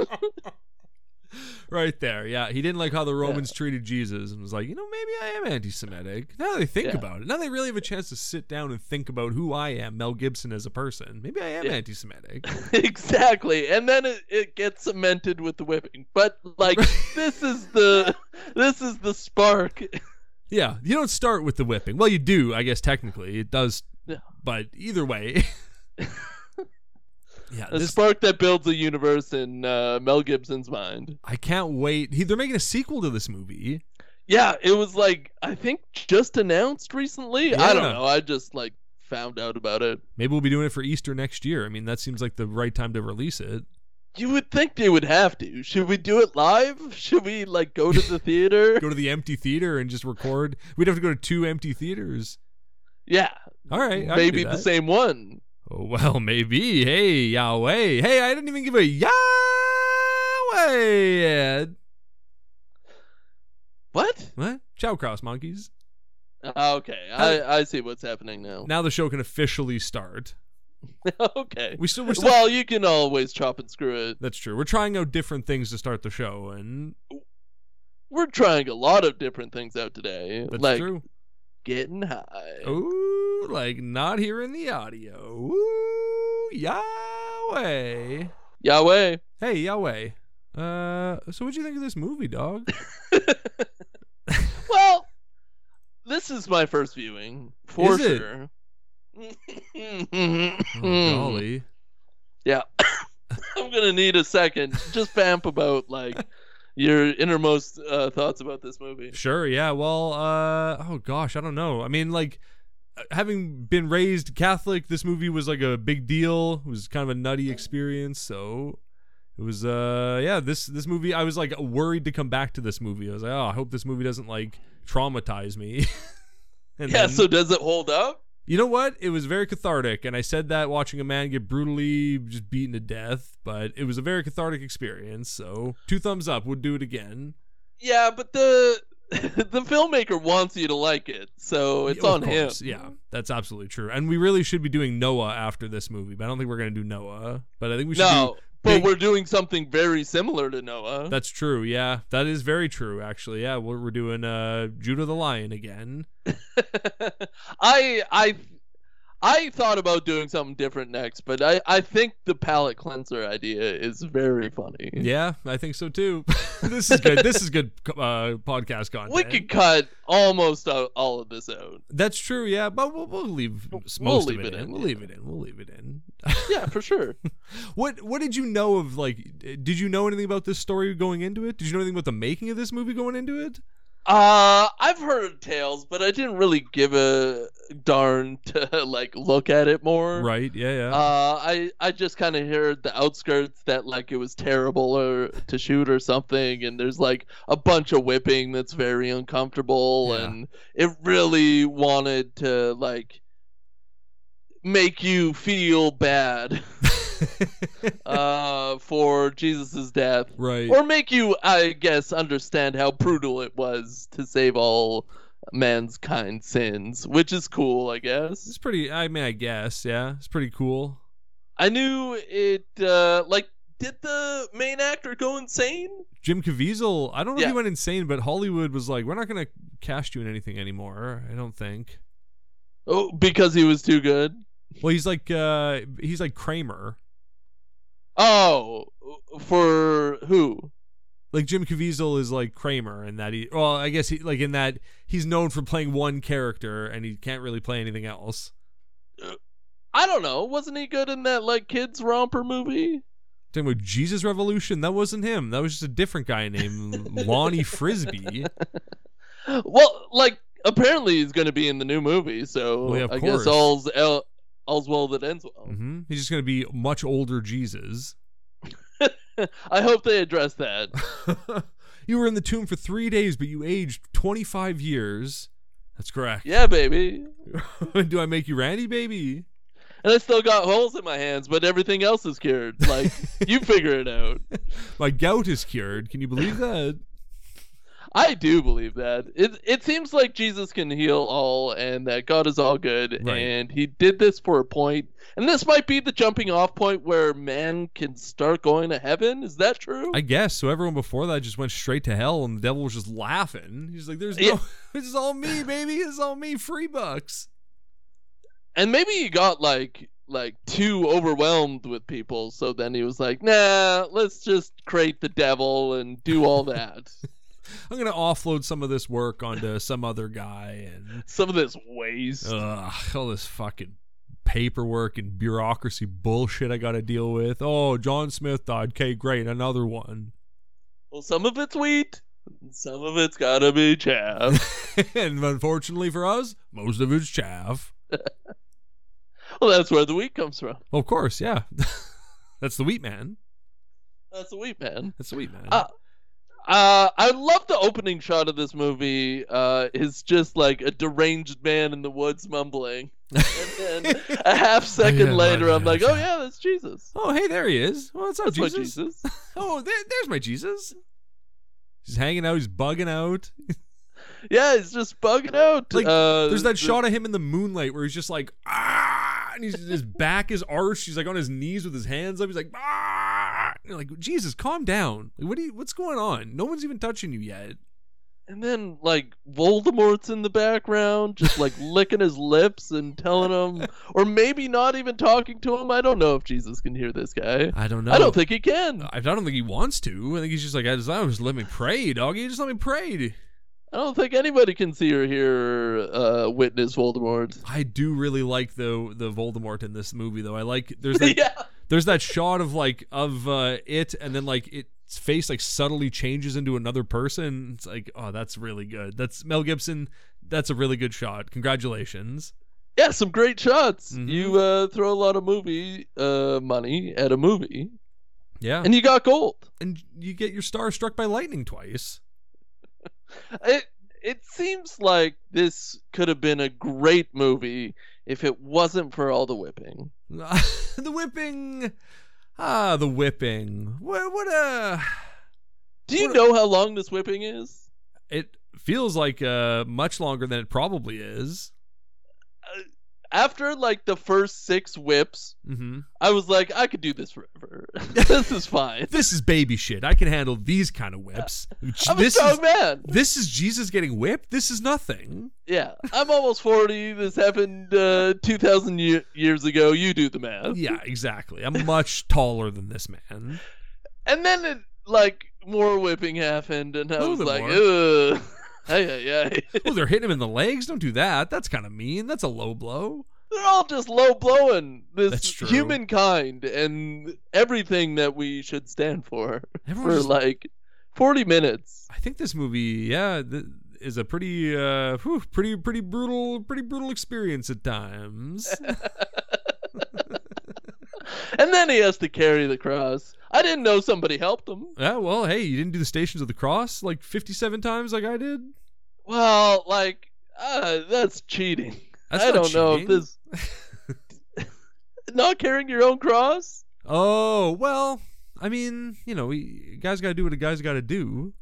Speaker 1: Right there. Yeah. He didn't like how the Romans treated Jesus and was like, you know, maybe I am anti Semitic. Now they think
Speaker 3: Yeah.
Speaker 1: about it. Now they really have a chance to sit down and think about who I am, Mel Gibson as a person. Maybe I am
Speaker 3: Yeah.
Speaker 1: anti Semitic.
Speaker 3: exactly. And then it, it gets cemented with the whipping. But like this is the this is the spark.
Speaker 1: Yeah, you don't start with the whipping. Well, you do, I guess. Technically, it does.
Speaker 3: Yeah.
Speaker 1: But either way, yeah,
Speaker 3: The
Speaker 1: this
Speaker 3: spark that builds a universe in uh, Mel Gibson's mind.
Speaker 1: I can't wait. He, they're making a sequel to this movie.
Speaker 3: Yeah, it was like I think just announced recently. I
Speaker 1: Yeah.
Speaker 3: don't know. I just like found out about it.
Speaker 1: Maybe we'll be doing it for Easter next year. I mean, that seems like the right time to release it.
Speaker 3: You would think they would have to. Should we do it live? Should we like go to the theater?
Speaker 1: Go to the empty theater and just record. We'd have to go to two empty theaters.
Speaker 3: yeah,
Speaker 1: All right, I can
Speaker 3: maybe
Speaker 1: do
Speaker 3: the
Speaker 1: that.
Speaker 3: same one.
Speaker 1: Oh, well, maybe. Hey, Yahweh. Hey, I didn't even give a Yahweh. ad.
Speaker 3: What?
Speaker 1: What? Ciao, Kraus monkeys.
Speaker 3: Okay, I, I see what's happening now.
Speaker 1: Now the show can officially start.
Speaker 3: okay.
Speaker 1: We still, we're still
Speaker 3: Well, you can always chop and screw it.
Speaker 1: That's true. We're trying out different things to start the show, and
Speaker 3: We're trying a lot of different things out today,
Speaker 1: that's
Speaker 3: like uh,
Speaker 1: true.
Speaker 3: getting high.
Speaker 1: Ooh, like not hearing the audio. Ooh, Yahweh.
Speaker 3: Yahweh.
Speaker 1: Hey, Yahweh. Uh, so what'd you think of this movie, dog?
Speaker 3: well, this is my first viewing for
Speaker 1: Is it?
Speaker 3: sure. Hmm.
Speaker 1: Oh, golly.
Speaker 3: Yeah. I'm going to need a second. Just vamp about like your innermost uh, thoughts about this movie.
Speaker 1: Sure. Yeah. Well. Uh. Oh gosh. I don't know. I mean, like, uh, having been raised Catholic, this movie was like a big deal. It was kind of a nutty experience. So. It was uh yeah this this movie I was like worried to come back to this movie I was like oh I hope this movie doesn't like traumatize me. and
Speaker 3: Yeah,
Speaker 1: then-
Speaker 3: so does it hold up?
Speaker 1: you know what? It was very cathartic, and I said that watching a man get brutally just beaten to death, but it was a very cathartic experience. So two thumbs up. Would do it again.
Speaker 3: Yeah, but the the filmmaker wants you to like it, so it's
Speaker 1: Of
Speaker 3: on him.
Speaker 1: course, Yeah, that's absolutely true. And we really should be doing Noah after this movie, but I don't think we're gonna do Noah. But I think we should.
Speaker 3: No, but
Speaker 1: big-
Speaker 3: we're doing something very similar to Noah.
Speaker 1: do... That's true. Yeah, that is very true. Actually, yeah, we're, we're doing uh, Judah the Lion again.
Speaker 3: I I I thought about doing something different next, but I I think the palate cleanser idea is very funny.
Speaker 1: Yeah, I think so too. this is good. This is good uh, podcast content.
Speaker 3: We could cut almost all, all of this out.
Speaker 1: That's true, yeah, but we'll, we'll leave
Speaker 3: We'll-
Speaker 1: most
Speaker 3: we'll
Speaker 1: of
Speaker 3: leave
Speaker 1: it
Speaker 3: it
Speaker 1: in.
Speaker 3: in,
Speaker 1: We'll
Speaker 3: yeah.
Speaker 1: leave it in. We'll leave it in.
Speaker 3: Yeah, for sure.
Speaker 1: What What did you know of like? d- Did you know anything about this story going into it? Did you know anything about the making of this movie going into it?
Speaker 3: Uh, I've heard tales, but I didn't really give a darn to like look at it more.
Speaker 1: Right, yeah, yeah,
Speaker 3: Uh, I I just kind of heard the outskirts that like it was terrible or to shoot or something, and there's like a bunch of whipping that's very uncomfortable,
Speaker 1: Yeah.
Speaker 3: and it really wanted to like make you feel bad uh, for Jesus's death,
Speaker 1: right.
Speaker 3: or make you, I guess, understand how brutal it was to save all mankind sins, which is cool, I guess.
Speaker 1: It's pretty. I mean, I guess, yeah, it's pretty cool.
Speaker 3: I knew it. Uh, like, did the main actor go insane?
Speaker 1: Jim Caviezel. I don't know if
Speaker 3: Yeah.
Speaker 1: he went insane, but Hollywood was like, we're not gonna cast you in anything anymore. I don't think.
Speaker 3: Oh, because he was too good.
Speaker 1: Well, he's like, uh he's like Kramer.
Speaker 3: Oh, for who?
Speaker 1: like Jim Caviezel is like Kramer in that he well I guess he like in that he's known for playing one character and he can't really play anything else.
Speaker 3: I don't know. Wasn't he good in that like kids romper movie?
Speaker 1: Talking about Jesus Revolution, that wasn't him. That was just a different guy named Lonnie Frisbee.
Speaker 3: Well, like apparently he's going to be in the new movie, so
Speaker 1: Well, yeah, of
Speaker 3: I
Speaker 1: course.
Speaker 3: guess all's el- all's well that ends well.
Speaker 1: hmm He's just gonna be much older Jesus. Mm.
Speaker 3: I hope they address that.
Speaker 1: you were in the tomb for three days, but you aged twenty five years. That's correct.
Speaker 3: yeah, baby.
Speaker 1: Do I make you Randy, baby?
Speaker 3: And I still got holes in my hands, but everything else is cured. Like you figure it out.
Speaker 1: My gout is cured. Can you believe that?
Speaker 3: I do believe that. It it seems like Jesus can heal all and that God is all good
Speaker 1: Right.
Speaker 3: and he did this for a point. And this might be the jumping off point where man can start going to heaven. Is that true?
Speaker 1: I guess so. Everyone before that just went straight to hell, and the devil was just laughing. He's like, "There's
Speaker 3: Yeah.
Speaker 1: no, this is all me, baby. This is all me. Free bucks."
Speaker 3: and maybe he got like like too overwhelmed with people, so then he was like, "Nah, let's just create the devil and do all that."
Speaker 1: I'm gonna offload some of this work onto some other guy, and
Speaker 3: Some of this waste.
Speaker 1: ugh, all this fucking paperwork and bureaucracy bullshit I got to deal with. Oh, John Smith died. Okay, great, another one.
Speaker 3: Well, some of it's wheat, and some of it's gotta be chaff.
Speaker 1: and unfortunately for us, most of it's chaff.
Speaker 3: well, that's where the wheat comes from.
Speaker 1: Of course, yeah. That's the wheat man.
Speaker 3: That's the wheat, man.
Speaker 1: That's the wheat man.
Speaker 3: Uh, Uh, I love the opening shot of this movie. Uh, is just like a deranged man in the woods mumbling, and then a half second
Speaker 1: Oh, Yeah,
Speaker 3: later,
Speaker 1: yeah,
Speaker 3: I'm like,
Speaker 1: yeah.
Speaker 3: "Oh yeah, that's Jesus.
Speaker 1: oh, hey, there he is. Well, what's up,
Speaker 3: That's my
Speaker 1: Jesus?
Speaker 3: Jesus."
Speaker 1: Oh, there, there's my Jesus. He's hanging out. He's bugging out.
Speaker 3: yeah, he's just bugging out.
Speaker 1: Like,
Speaker 3: uh,
Speaker 1: There's that
Speaker 3: the-
Speaker 1: shot of him in the moonlight where he's just like, ah, and he's, his back is arched. He's like on his knees with his hands up. He's like, ah, and you're like Jesus, calm down. Like, what do you? What's going on? No one's even touching you yet.
Speaker 3: And then like Voldemort's in the background, just like licking his lips and telling him, or maybe not even talking to him. I don't know if Jesus can hear this guy.
Speaker 1: I don't know.
Speaker 3: I don't think he can.
Speaker 1: I don't think he wants to. I think he's just like, I just, I just let me pray, doggy. Just let me pray.
Speaker 3: I don't think anybody can see or hear or uh, witness Voldemort.
Speaker 1: I do really like the the Voldemort in this movie, though. I like there's that
Speaker 3: yeah.
Speaker 1: there's that shot of like of uh it and then like its face like subtly changes into another person it's like oh that's really good that's mel gibson that's a really good shot congratulations
Speaker 3: Yeah, some great shots.
Speaker 1: Mhm.
Speaker 3: You uh, throw a lot of movie uh, money at a movie.
Speaker 1: Yeah.
Speaker 3: and you got gold.
Speaker 1: and you get your star struck by lightning twice.
Speaker 3: It it seems like this could have been a great movie if it wasn't for all the whipping.
Speaker 1: the whipping. Ah, the whipping. What what a
Speaker 3: Do you
Speaker 1: What a-
Speaker 3: know how long this whipping is?
Speaker 1: it feels like uh much longer than it probably is.
Speaker 3: After like the first six whips,
Speaker 1: Mhm.
Speaker 3: I was like, I could do this forever. this is fine.
Speaker 1: This is baby shit. I can handle these kind of whips.
Speaker 3: I'm
Speaker 1: this
Speaker 3: a strong
Speaker 1: is
Speaker 3: man.
Speaker 1: this is Jesus getting whipped. This is nothing.
Speaker 3: Yeah, I'm almost forty. This happened uh, two thousand ye- years ago. You do the math.
Speaker 1: Yeah, exactly. I'm much taller than this man.
Speaker 3: And then it like more whipping happened, and I
Speaker 1: A
Speaker 3: was
Speaker 1: little
Speaker 3: like,
Speaker 1: bit
Speaker 3: ugh. Hey, hey, hey.
Speaker 1: Oh, they're hitting him in the legs. Don't do that. That's kind of mean. That's a low blow.
Speaker 3: They're all just low blowing
Speaker 1: That's
Speaker 3: this
Speaker 1: true.
Speaker 3: humankind and everything that we should stand for
Speaker 1: Everyone's
Speaker 3: for
Speaker 1: just-
Speaker 3: like 40 minutes.
Speaker 1: I think this movie, yeah, th- is a pretty, uh, whew, pretty, pretty brutal, pretty brutal experience at times.
Speaker 3: And then he has to carry the cross. I didn't know somebody helped him.
Speaker 1: yeah, well, hey, you didn't do the Stations of the Cross like 57 times like I did.
Speaker 3: Well, like, uh, that's cheating.
Speaker 1: That's
Speaker 3: I
Speaker 1: not
Speaker 3: don't know if
Speaker 1: cheating.
Speaker 3: this. Not carrying your own cross?
Speaker 1: Oh well, I mean, you know, we, guys got to do what a guy's got to do,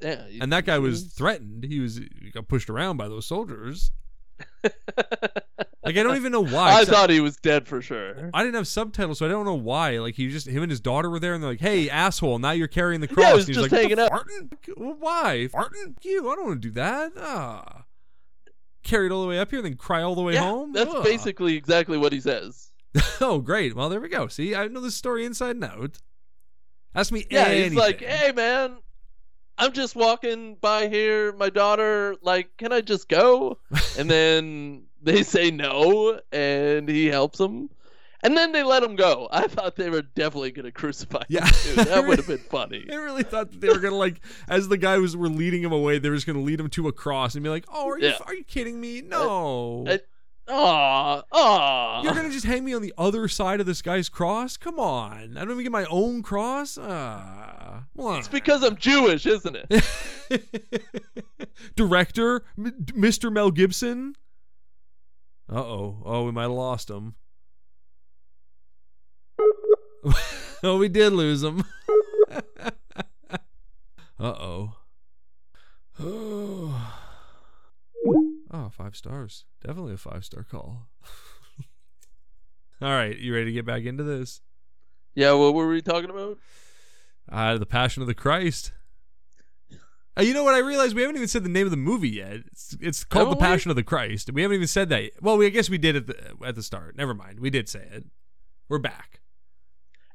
Speaker 3: Yeah. you-
Speaker 1: and that guy was threatened. He was he got pushed around by those soldiers. Like I don't even know why.
Speaker 3: I
Speaker 1: 'cause
Speaker 3: thought he was dead for sure.
Speaker 1: I didn't have subtitles, so I don't know why. Like he just him and his daughter were there, and they're like, "Hey, asshole! Now you're carrying the cross."
Speaker 3: Yeah, it was
Speaker 1: and he's like,
Speaker 3: just
Speaker 1: "What
Speaker 3: hanging
Speaker 1: the
Speaker 3: out.
Speaker 1: Farting? Well, Why farting? Fuck You? I don't want to do that. Ah. Carry it all the way up here, and then cry all the way
Speaker 3: Yeah,
Speaker 1: home.
Speaker 3: That's
Speaker 1: Ugh.
Speaker 3: basically exactly what he says.
Speaker 1: oh, great. Well, there we go. See, I know this story inside and out. Ask me
Speaker 3: Yeah,
Speaker 1: anything.
Speaker 3: he's like, hey, man, I'm just walking by here. My daughter, like, can I just go? and then they say no, and he helps them. And then they let him go. I thought they were definitely going to crucify
Speaker 1: Yeah.
Speaker 3: him. Too. That would have been funny.
Speaker 1: I really thought that they were gonna like, as the guy was were leading him away, they were just gonna lead him to a cross and be like, "Oh, are you
Speaker 3: Yeah.
Speaker 1: are you kidding me? No,
Speaker 3: I- uh-uh. Aw, aw.
Speaker 1: You're gonna just hang me on the other side of this guy's cross? Come on! I don't even get my own cross. Ah,
Speaker 3: It's because I'm Jewish, isn't it?
Speaker 1: director M- Mr. Mel Gibson. Uh oh. Oh, we might have lost him. oh, we did lose him. uh oh. Oh, five stars. Definitely a five star call. All right, you ready to get back into this?
Speaker 3: Yeah, what were we talking about?
Speaker 1: Uh, the Passion of the Christ. Uh, you know what? I realized we haven't even said the name of the movie yet. It's, it's called The
Speaker 3: Haven't we?
Speaker 1: Passion of the Christ. We haven't even said that. Yet. Well, we, I guess we did at the at the start. Never mind. We did say it. We're back.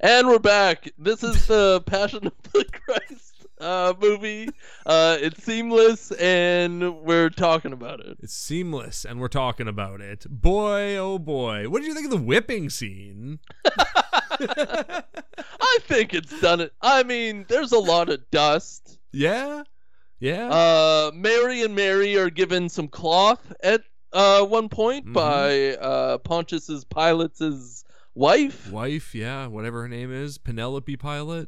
Speaker 3: And we're back. This is the Passion of the Christ uh, movie. Uh, it's seamless, and we're talking about it.
Speaker 1: It's seamless, and we're talking about it. Boy, oh boy! What did you think of the whipping scene?
Speaker 3: I think it's done it. I mean, there's a lot of dust.
Speaker 1: Yeah, yeah.
Speaker 3: Uh, Mary and Mary are given some cloth at uh, one point
Speaker 1: Mhm.
Speaker 3: by uh, Pontius Pilate's wife.
Speaker 1: Wife, yeah, whatever her name is, Penelope Pilot.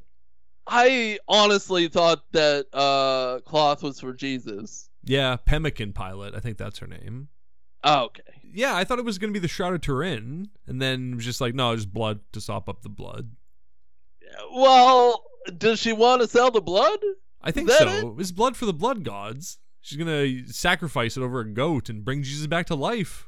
Speaker 3: I honestly thought that uh, cloth was for Jesus.
Speaker 1: Yeah, Pemmican Pilot. I think that's her name.
Speaker 3: Oh, okay.
Speaker 1: yeah, I thought it was gonna be the Shroud of Turin, and then it was just like, no, just blood to sop up the blood.
Speaker 3: Well, does she want to sell the blood?
Speaker 1: I think
Speaker 3: Is that
Speaker 1: so. It's blood for the blood gods. She's gonna sacrifice it over a goat and bring Jesus back to life.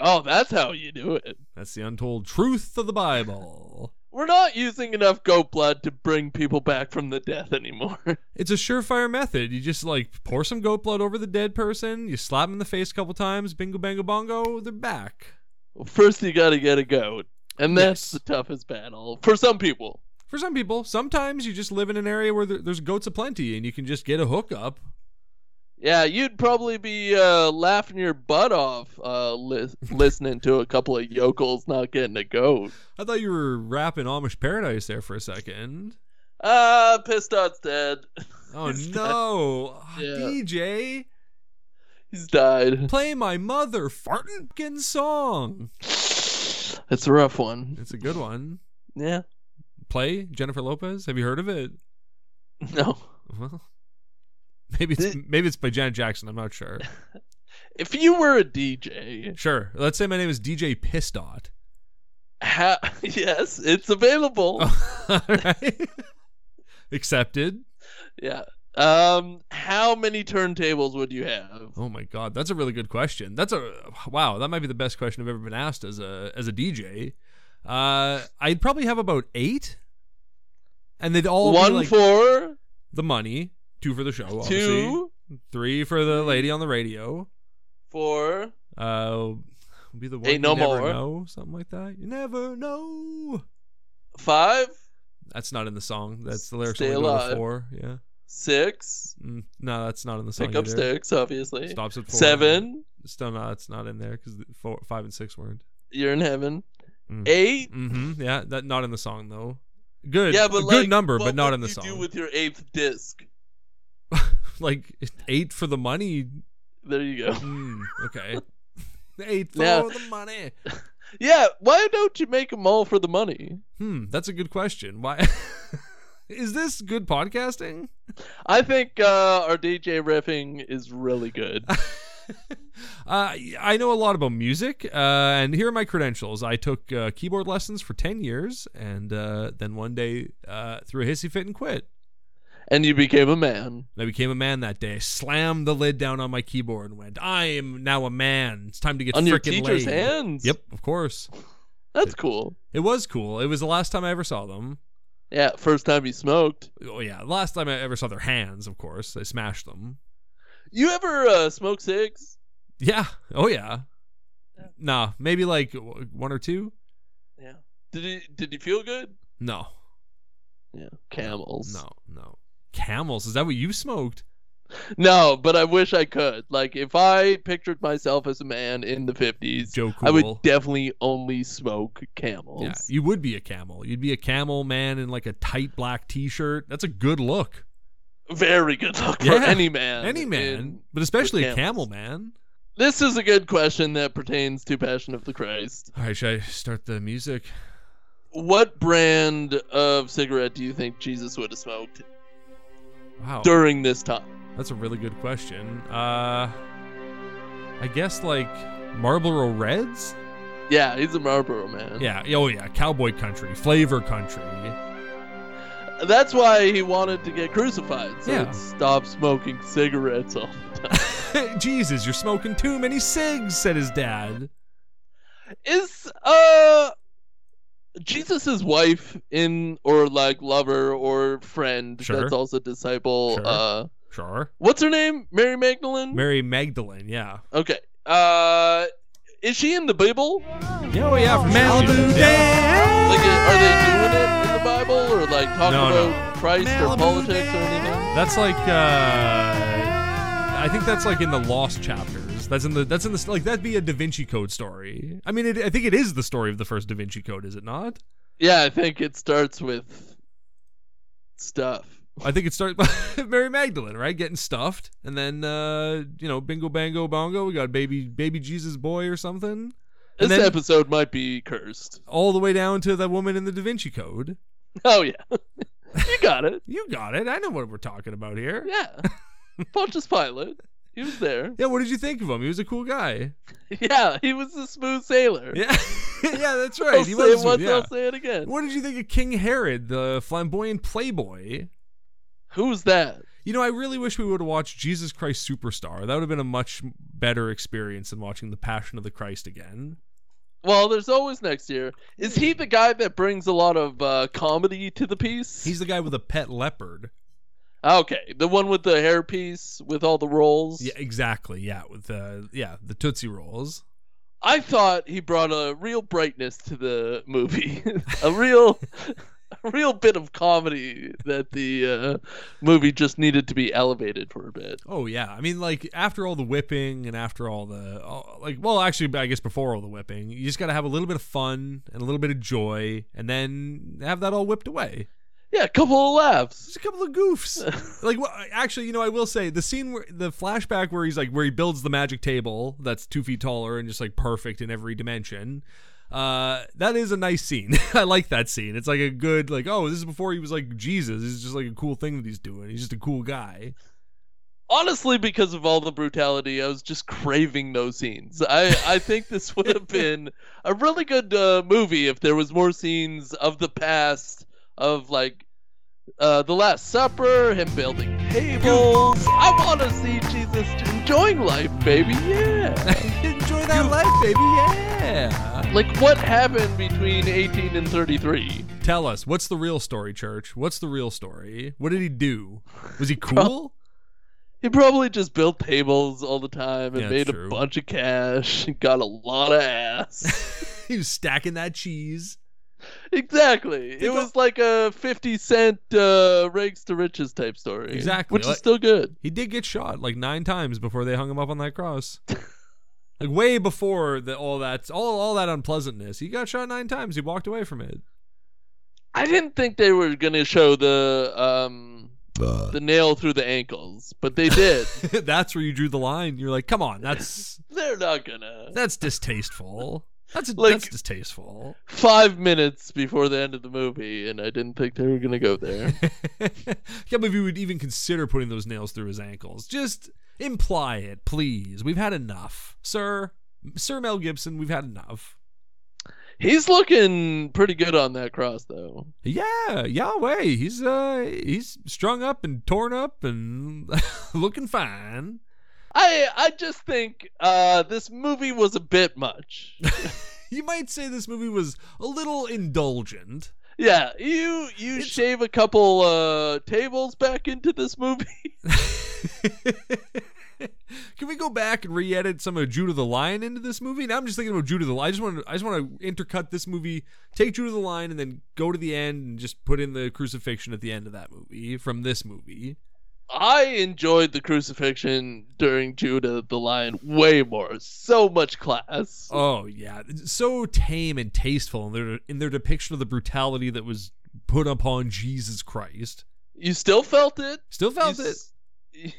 Speaker 3: Oh, that's how you do it.
Speaker 1: That's the untold truth of the Bible.
Speaker 3: We're not using enough goat blood to bring people back from the death anymore.
Speaker 1: It's a surefire method. You just like pour some goat blood over the dead person, you slap him in the face a couple times, bingo bango bongo, they're back.
Speaker 3: Well, First, you gotta get a goat, and that's
Speaker 1: Yes.
Speaker 3: the toughest battle for some people.
Speaker 1: For some people, sometimes you just live in an area where there- there's goats aplenty and you can just get a hookup.
Speaker 3: Yeah, you'd probably be uh, laughing your butt off uh, lis- listening to a couple of yokels not getting a goat.
Speaker 1: I thought you were rapping Amish Paradise there for a second.
Speaker 3: Ah, Piston's dead.
Speaker 1: Oh
Speaker 3: He's
Speaker 1: no,
Speaker 3: died.
Speaker 1: Ah,
Speaker 3: Yeah.
Speaker 1: DJ,
Speaker 3: He's died.
Speaker 1: play my mother farting song.
Speaker 3: That's a rough one.
Speaker 1: It's a good one.
Speaker 3: Yeah.
Speaker 1: play Jennifer Lopez? Have you heard of it?
Speaker 3: No.
Speaker 1: Well, maybe it's
Speaker 3: Th-
Speaker 1: maybe it's by Janet Jackson. I'm not sure.
Speaker 3: If you were a DJ,
Speaker 1: Sure. Let's say my name is DJ Pissdot.
Speaker 3: ha- yes, it's available.
Speaker 1: All right. Accepted.
Speaker 3: Yeah. Um, how many turntables would you have?
Speaker 1: Oh my god, that's a really good question. That's a wow. That might be the best question I've ever been asked as a as a DJ. Uh, I'd probably have about eight, and they'd all
Speaker 3: One
Speaker 1: be, like,
Speaker 3: for
Speaker 1: the money, two for the show, obviously,
Speaker 3: two
Speaker 1: three for the lady on the radio.
Speaker 3: for
Speaker 1: Uh, would be the one
Speaker 3: Ain't
Speaker 1: you
Speaker 3: no
Speaker 1: never
Speaker 3: more.
Speaker 1: know, something like that. You never know.
Speaker 3: five,
Speaker 1: That's not in the song. That's the lyrics
Speaker 3: Stay
Speaker 1: only go
Speaker 3: alive.
Speaker 1: to four. Yeah.
Speaker 3: six,
Speaker 1: Mm, no, that's not in the song.
Speaker 3: pick up
Speaker 1: either.
Speaker 3: sticks, obviously.
Speaker 1: Stops at four.
Speaker 3: Seven,
Speaker 1: Still, no, it's not in there because four, five, and six weren't.
Speaker 3: you're in heaven.
Speaker 1: Mm.
Speaker 3: Eight.
Speaker 1: Mm-hmm. Yeah, that not in the song though. Good.
Speaker 3: Yeah, but
Speaker 1: good
Speaker 3: like,
Speaker 1: number,
Speaker 3: what
Speaker 1: but not
Speaker 3: would
Speaker 1: in the
Speaker 3: you
Speaker 1: song.
Speaker 3: Do with your eighth disc.
Speaker 1: like eight for the money.
Speaker 3: There you go.
Speaker 1: Mm, okay. eight for
Speaker 3: Yeah.
Speaker 1: the money.
Speaker 3: Yeah, why don't you make them all for the money?
Speaker 1: Hmm, that's a good question. Why is this good podcasting?
Speaker 3: I think uh, our DJ riffing is really good.
Speaker 1: Uh, I know a lot about music, uh, and here are my credentials. I took uh, keyboard lessons for 10 years, and uh, then one day uh, threw a hissy fit and quit.
Speaker 3: and you became a man.
Speaker 1: I became a man that day. I slammed the lid down on my keyboard and went, I am now a man. It's time to get
Speaker 3: On
Speaker 1: freaking
Speaker 3: your teacher's
Speaker 1: laid."
Speaker 3: hands.
Speaker 1: Yep, of course.
Speaker 3: That's cool.
Speaker 1: It was cool. It was the last time I ever saw them.
Speaker 3: Yeah, first time you smoked.
Speaker 1: Oh, yeah. the Last time I ever saw their hands, of course. I smashed them.
Speaker 3: You ever uh, smoke cigs?
Speaker 1: Yeah. Oh, yeah. Nah, maybe like w- one or two?
Speaker 3: Yeah. Did it, did you feel good?
Speaker 1: No.
Speaker 3: Yeah. Camels.
Speaker 1: No, no. Camels. Is that what you smoked?
Speaker 3: No, but I wish I could. Like, if I pictured myself as a man in the 50s,
Speaker 1: Joe Cool.
Speaker 3: I would definitely only smoke camels.
Speaker 1: yeah, you would be a camel. You'd be a camel man in like a tight black t shirt. That's a good look.
Speaker 3: Very good luck for
Speaker 1: Yeah,
Speaker 3: any man.
Speaker 1: Any man,
Speaker 3: Uh, in-
Speaker 1: but especially a camel
Speaker 3: camels.
Speaker 1: man.
Speaker 3: This is a good question that pertains to Passion of the Christ.
Speaker 1: All right, should I start the music?
Speaker 3: What brand of cigarette do you think Jesus would have smoked
Speaker 1: Wow,
Speaker 3: during this time?
Speaker 1: that's a really good question. Uh, I guess like Marlboro Reds.
Speaker 3: Yeah, he's a Marlboro man.
Speaker 1: Yeah. Oh yeah, cowboy country, flavor country.
Speaker 3: That's why he wanted to get crucified, so
Speaker 1: Yeah.
Speaker 3: he'd stop smoking cigarettes all the time.
Speaker 1: Jesus, you're smoking too many cigs," said his dad.
Speaker 3: Is uh Jesus's wife in or like lover or friend
Speaker 1: Sure.
Speaker 3: that's also disciple
Speaker 1: Sure.
Speaker 3: uh
Speaker 1: Sure.
Speaker 3: what's her name? Mary Magdalene?
Speaker 1: Mary Magdalene. Yeah.
Speaker 3: okay. Uh is she in the Bible?
Speaker 1: Oh yeah, from Malibu.
Speaker 3: Like are they doing it in the Bible or like talking
Speaker 1: No, no.
Speaker 3: about Christ or politics or anything?
Speaker 1: That's like uh I think that's like in the lost chapters. That's in the that's in the like that'd be a Da Vinci Code story. I mean, it, I think it is the story of the first Da Vinci Code, is it not?
Speaker 3: Yeah, I think it starts with stuff.
Speaker 1: I think it starts by Mary Magdalene, right, getting stuffed, and then uh, you know, bingo bango bongo, we got baby baby Jesus boy or something, And
Speaker 3: This
Speaker 1: then-
Speaker 3: episode might be cursed.
Speaker 1: all the way down to the woman in the Da Vinci Code.
Speaker 3: Oh yeah. you got it.
Speaker 1: You got it. I know what we're talking about here.
Speaker 3: Yeah. Pontius Pilate. He was there.
Speaker 1: Yeah, what did you think of him? He was a cool guy.
Speaker 3: Yeah, he was a smooth sailor.
Speaker 1: Yeah, yeah, that's right.
Speaker 3: I'll
Speaker 1: he
Speaker 3: say
Speaker 1: was.
Speaker 3: it once,
Speaker 1: yeah.
Speaker 3: I'll say it again.
Speaker 1: What did you think of King Herod, the flamboyant playboy?
Speaker 3: Who's that?
Speaker 1: You know, I really wish we would have watched Jesus Christ Superstar. That would have been a much better experience than watching The Passion of the Christ again.
Speaker 3: Well, there's always next year. Is he the guy that brings a lot of uh, comedy to the piece?
Speaker 1: He's the guy with a pet leopard.
Speaker 3: okay, the one with the hairpiece with all the rolls.
Speaker 1: Yeah, exactly. Yeah, with the yeah the Tootsie Rolls.
Speaker 3: I thought he brought a real brightness to the movie, a real, a real bit of comedy that the uh, movie just needed to be elevated for a bit.
Speaker 1: Oh yeah, I mean like after all the whipping and after all the all, like well actually I guess before all the whipping, you just got to have a little bit of fun and a little bit of joy, and then have that all whipped away.
Speaker 3: Yeah, a couple of laughs.
Speaker 1: Just a couple of goofs. like, well, actually, you know, I will say the scene where the flashback where he's like, where he builds the magic table that's two feet taller and just like perfect in every dimension. Uh, that is a nice scene. I like that scene. It's like a good like oh this is before he was like Jesus. This is just like a cool thing that he's doing. He's just a cool guy.
Speaker 3: Honestly, because of all the brutality, I was just craving those scenes. I, I think this would have been a really good uh, movie if there was more scenes of the past, of like uh, the Last Supper, him building tables. I want to see Jesus enjoying life, baby. Yeah.
Speaker 1: Enjoy that life, baby. Yeah.
Speaker 3: like what happened between 18 and 33?
Speaker 1: Tell us what's the real story, Church? What's the real story? What did he do? Was he cool?
Speaker 3: He probably just built tables all the time and
Speaker 1: Yeah,
Speaker 3: made
Speaker 1: true.
Speaker 3: a bunch of cash and got a lot of ass.
Speaker 1: he was stacking that cheese.
Speaker 3: Exactly.
Speaker 1: They
Speaker 3: it
Speaker 1: go-
Speaker 3: was like a 50 cent uh, rags to riches type story.
Speaker 1: Exactly,
Speaker 3: Which
Speaker 1: like-
Speaker 3: is still good.
Speaker 1: He did get shot like nine times before they hung him up on that cross. like way before the, all that all all that unpleasantness. He got shot nine times. He walked away from it.
Speaker 3: I didn't think they were going to show the um the nail through the ankles, but they did.
Speaker 1: that's where you drew the line. You're like, come on, that's
Speaker 3: They're not going to.
Speaker 1: that's distasteful. That's
Speaker 3: Like-
Speaker 1: that's distasteful.
Speaker 3: 5 minutes before the end of the movie and I didn't think they were going to go there.
Speaker 1: Can't believe you would even consider putting those nails through his ankles. Just imply it, please. We've had enough, sir. Sir Mel Gibson, we've had enough.
Speaker 3: He's looking pretty good on that cross though.
Speaker 1: Yeah, Yahweh. He's uh he's strung up and torn up and looking fine.
Speaker 3: I I just think uh this movie was a bit much.
Speaker 1: You might say this movie was a little indulgent.
Speaker 3: Yeah, you you
Speaker 1: It's-
Speaker 3: shave a couple uh tables back into this movie.
Speaker 1: Can we go back and re-edit some of Judah the Lion into this movie? Now I'm just thinking about Judah the Lion. I just want to, I just want to intercut this movie, take Judah the Lion, and then go to the end and just put in the crucifixion at the end of that movie from this movie.
Speaker 3: I enjoyed the crucifixion during Judah the Lion way more. So much class.
Speaker 1: Oh yeah, It's so tame and tasteful in their in their depiction of the brutality that was put upon Jesus Christ.
Speaker 3: You still felt it.
Speaker 1: Still felt
Speaker 3: you,
Speaker 1: it,
Speaker 3: s-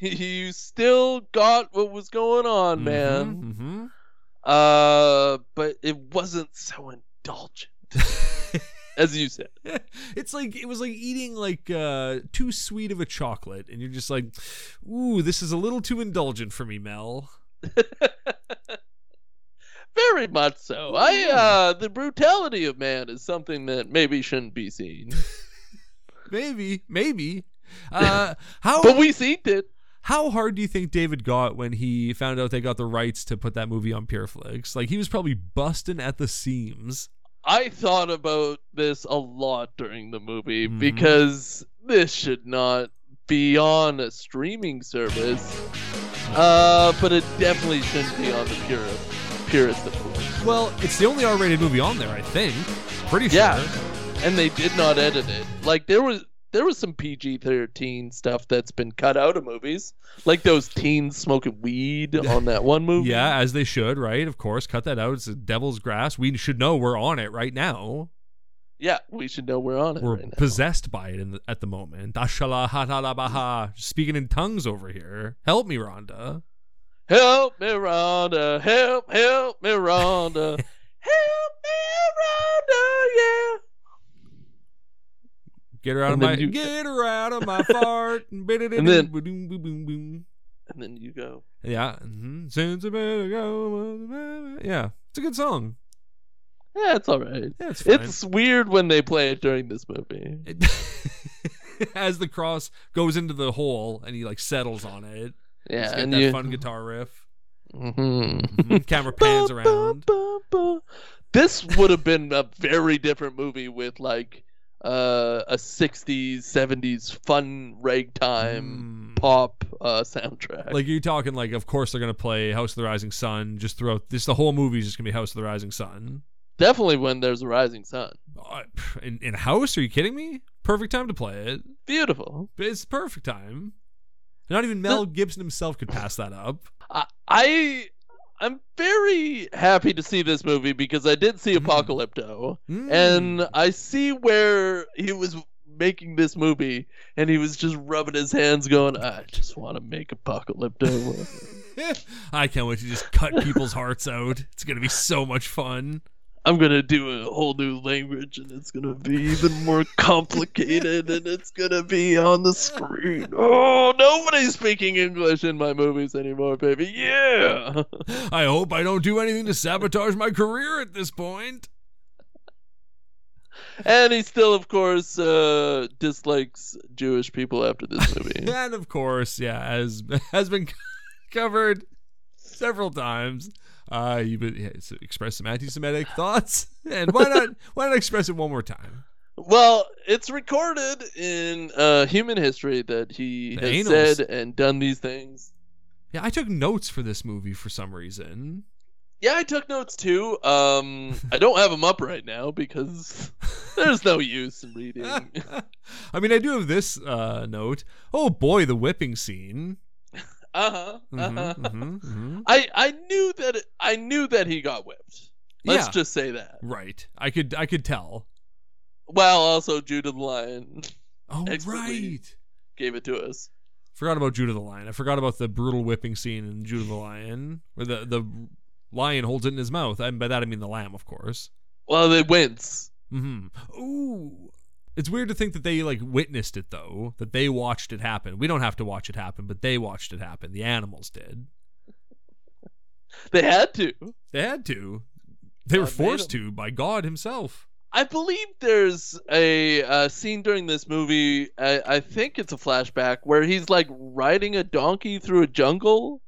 Speaker 3: You still got what was going
Speaker 1: Mm-hmm.
Speaker 3: on, man.
Speaker 1: hmm
Speaker 3: Uh, but it wasn't so indulgent, as you said.
Speaker 1: it's like it was like eating like uh too sweet of a chocolate and you're just like ooh this is a little too indulgent for me mel
Speaker 3: Very much so. I uh, the brutality of man is something that maybe shouldn't be seen,
Speaker 1: maybe maybe uh how
Speaker 3: but we seen it.
Speaker 1: how hard do you think david got when he found out they got the rights to put that movie on pureflix like he was probably busting at the seams
Speaker 3: I thought about this a lot during the movie
Speaker 1: Mhm.
Speaker 3: because this should not be on a streaming service, uh, but it definitely shouldn't be on the purest, purest of forms.
Speaker 1: well it's the only r-rated movie on there i think pretty sure
Speaker 3: Yeah. And they did not edit it. Like there was there was some PG thirteen stuff that's been cut out of movies, like those teens smoking weed on that one movie.
Speaker 1: yeah as they should right of course cut that out it's the devil's grass we should know we're on it right now
Speaker 3: yeah, we should know we're on it
Speaker 1: we're
Speaker 3: right now.
Speaker 1: possessed by it in the, at the moment. Ashala hatalabaha, speaking in tongues over here. Help me, Rhonda.
Speaker 3: Help me, Rhonda. Help, help me, Rhonda. help me, Rhonda. Yeah.
Speaker 1: Get her out of
Speaker 3: And
Speaker 1: my
Speaker 3: then you-
Speaker 1: get her out of my fart. And
Speaker 3: then-
Speaker 1: then,
Speaker 3: And then you go.
Speaker 1: yeah, mhm. Since I better go, yeah, it's a good song.
Speaker 3: Yeah, it's all right.
Speaker 1: Yeah, it's fine.
Speaker 3: It's weird when they play it during this movie.
Speaker 1: It- As the cross goes into the hole and he like settles on it,
Speaker 3: Yeah,
Speaker 1: Just get
Speaker 3: and
Speaker 1: that
Speaker 3: you.
Speaker 1: fun guitar riff.
Speaker 3: Mhm.
Speaker 1: Mhm. Camera pans
Speaker 3: Ba,
Speaker 1: around.
Speaker 3: ba, ba, ba. This would have been a very different movie with like uh, a '60s, '70s fun ragtime
Speaker 1: Mm.
Speaker 3: pop uh, soundtrack.
Speaker 1: Like you're talking like, of course they're gonna play House of the Rising Sun just throughout. This the whole movie is just gonna be House of the Rising Sun.
Speaker 3: definitely when there's a rising sun.
Speaker 1: Uh, pff, In in House? Are you kidding me? Perfect time to play it.
Speaker 3: Beautiful.
Speaker 1: It's the perfect time. Not even Mel Gibson himself could pass that up.
Speaker 3: I- I I'm very happy to see this movie because I did see
Speaker 1: Mm.
Speaker 3: Apocalypto
Speaker 1: Mm.
Speaker 3: and I see where he was making this movie and he was just rubbing his hands going I just want to make Apocalypto.
Speaker 1: I can't wait to just cut people's hearts out. It's gonna be so much fun.
Speaker 3: I'm gonna do a whole new language, and it's gonna be even more complicated, and it's gonna be on the screen. Oh, nobody's speaking English in my movies anymore, baby. Yeah.
Speaker 1: I hope I don't do anything to sabotage my career at this point.
Speaker 3: And he still, of course, uh, dislikes Jewish people after this movie.
Speaker 1: And of course, yeah, as has been covered several times, uh, you've been- yeah, so expressed some anti-Semitic thoughts, and why not? Why not express it one more time?
Speaker 3: Well, it's recorded in uh, human history that he
Speaker 1: The
Speaker 3: has
Speaker 1: anals.
Speaker 3: said and done these things.
Speaker 1: Yeah, I took notes for this movie for some reason.
Speaker 3: Yeah, I took notes too. Um, I don't have them up right now because there's no use in reading.
Speaker 1: I mean, I do have this uh, note. Oh boy, the whipping scene.
Speaker 3: Uh huh.
Speaker 1: Mhm,
Speaker 3: Uh-huh.
Speaker 1: mhm, mhm.
Speaker 3: I I knew that it, I knew that he got whipped. Let's
Speaker 1: Yeah.
Speaker 3: just say that.
Speaker 1: Right, I could, I could tell.
Speaker 3: Well, also Judah the Lion
Speaker 1: Oh,
Speaker 3: Expertly.
Speaker 1: right.
Speaker 3: gave it to us.
Speaker 1: Forgot about Judah the Lion. I forgot about the brutal whipping scene in Judah the Lion, where the the lion holds it in his mouth. And by that I mean the lamb, of course.
Speaker 3: Well, they wins.
Speaker 1: Hmm. Ooh. It's weird to think that they like witnessed it though, that they watched it happen. We don't have to watch it happen, but they watched it happen. The animals did.
Speaker 3: They had to.
Speaker 1: They had to. They were
Speaker 3: God made
Speaker 1: forced to by God Himself.
Speaker 3: I believe there's a, uh scene during this movie. I, I think it's a flashback where he's like riding a donkey through a jungle.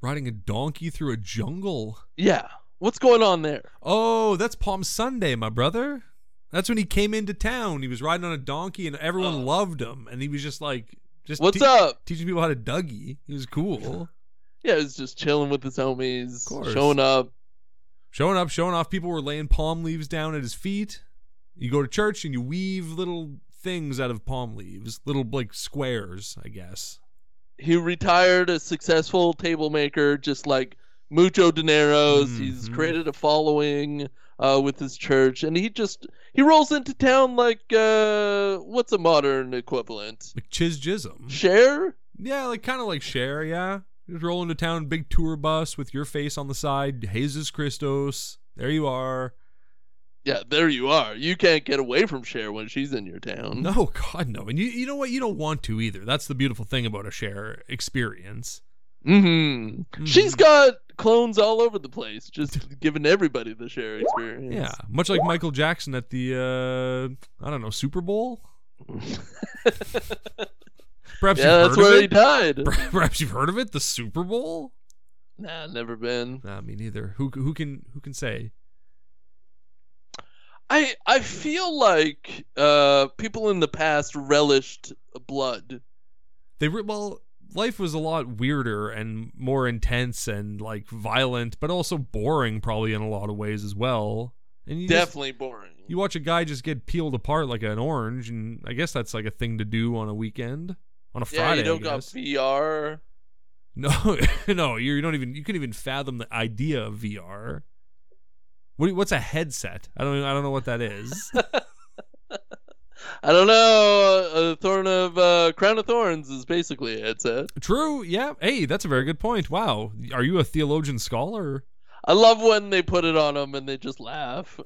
Speaker 1: Riding a donkey through a jungle.
Speaker 3: Yeah, what's going on there?
Speaker 1: Oh, that's Palm Sunday, my brother. That's when he came into town. He was riding on a donkey, and everyone
Speaker 3: Oh.
Speaker 1: loved him. And he was just like, just
Speaker 3: What's
Speaker 1: te-
Speaker 3: up?
Speaker 1: Teaching people how to Dougie. He was cool,
Speaker 3: Yeah, he's just chilling with his
Speaker 1: Of
Speaker 3: homies,
Speaker 1: course.
Speaker 3: showing up.
Speaker 1: showing up, showing off. People were laying palm leaves down at his feet. You go to church and you weave little things out of palm leaves, little like squares, I guess.
Speaker 3: He retired a successful table maker, just like mucho dineros. He's
Speaker 1: Mhm.
Speaker 3: created a following uh, with his church, and he just he rolls into town like uh, what's a modern equivalent?
Speaker 1: Like chiz jism.
Speaker 3: Share.
Speaker 1: Yeah, like kind of like Cher, yeah. Just roll into town, big tour bus with your face on the side, Jesus Christos. There you are.
Speaker 3: Yeah, there you are. You can't get away from Cher when she's in your town.
Speaker 1: No, God, no. And you, you know what? You don't want to either. That's the beautiful thing about a Cher experience.
Speaker 3: hmm She's
Speaker 1: Mhm.
Speaker 3: got clones all over the place, just giving everybody the Cher experience.
Speaker 1: Yeah, much like Michael Jackson at the uh, I don't know Super Bowl. Perhaps
Speaker 3: yeah,
Speaker 1: you've heard
Speaker 3: that's where
Speaker 1: of
Speaker 3: he
Speaker 1: it.
Speaker 3: died.
Speaker 1: Perhaps you've heard of it, the Super Bowl.
Speaker 3: Nah, never been.
Speaker 1: Nah, me neither. Who who can who can say?
Speaker 3: I I feel like uh, people in the past relished blood.
Speaker 1: They re- well, life was a lot weirder and more intense and like violent, but also boring probably in a lot of ways as well. And you just-
Speaker 3: Definitely boring.
Speaker 1: you watch a guy just get peeled apart like an orange, and I guess that's like a thing to do on a weekend, on a
Speaker 3: yeah,
Speaker 1: Friday.
Speaker 3: you don't
Speaker 1: I
Speaker 3: got
Speaker 1: guess.
Speaker 3: VR.
Speaker 1: No, no, you you don't even you couldn't even fathom the idea of VR. What do you- what's a headset? I don't I don't know what that is.
Speaker 3: I don't know. A thorn of uh, crown of thorns is basically a headset.
Speaker 1: True, yeah. Hey, that's a very good point. Wow, are you a theologian scholar?
Speaker 3: I love when they put it on them and they just laugh.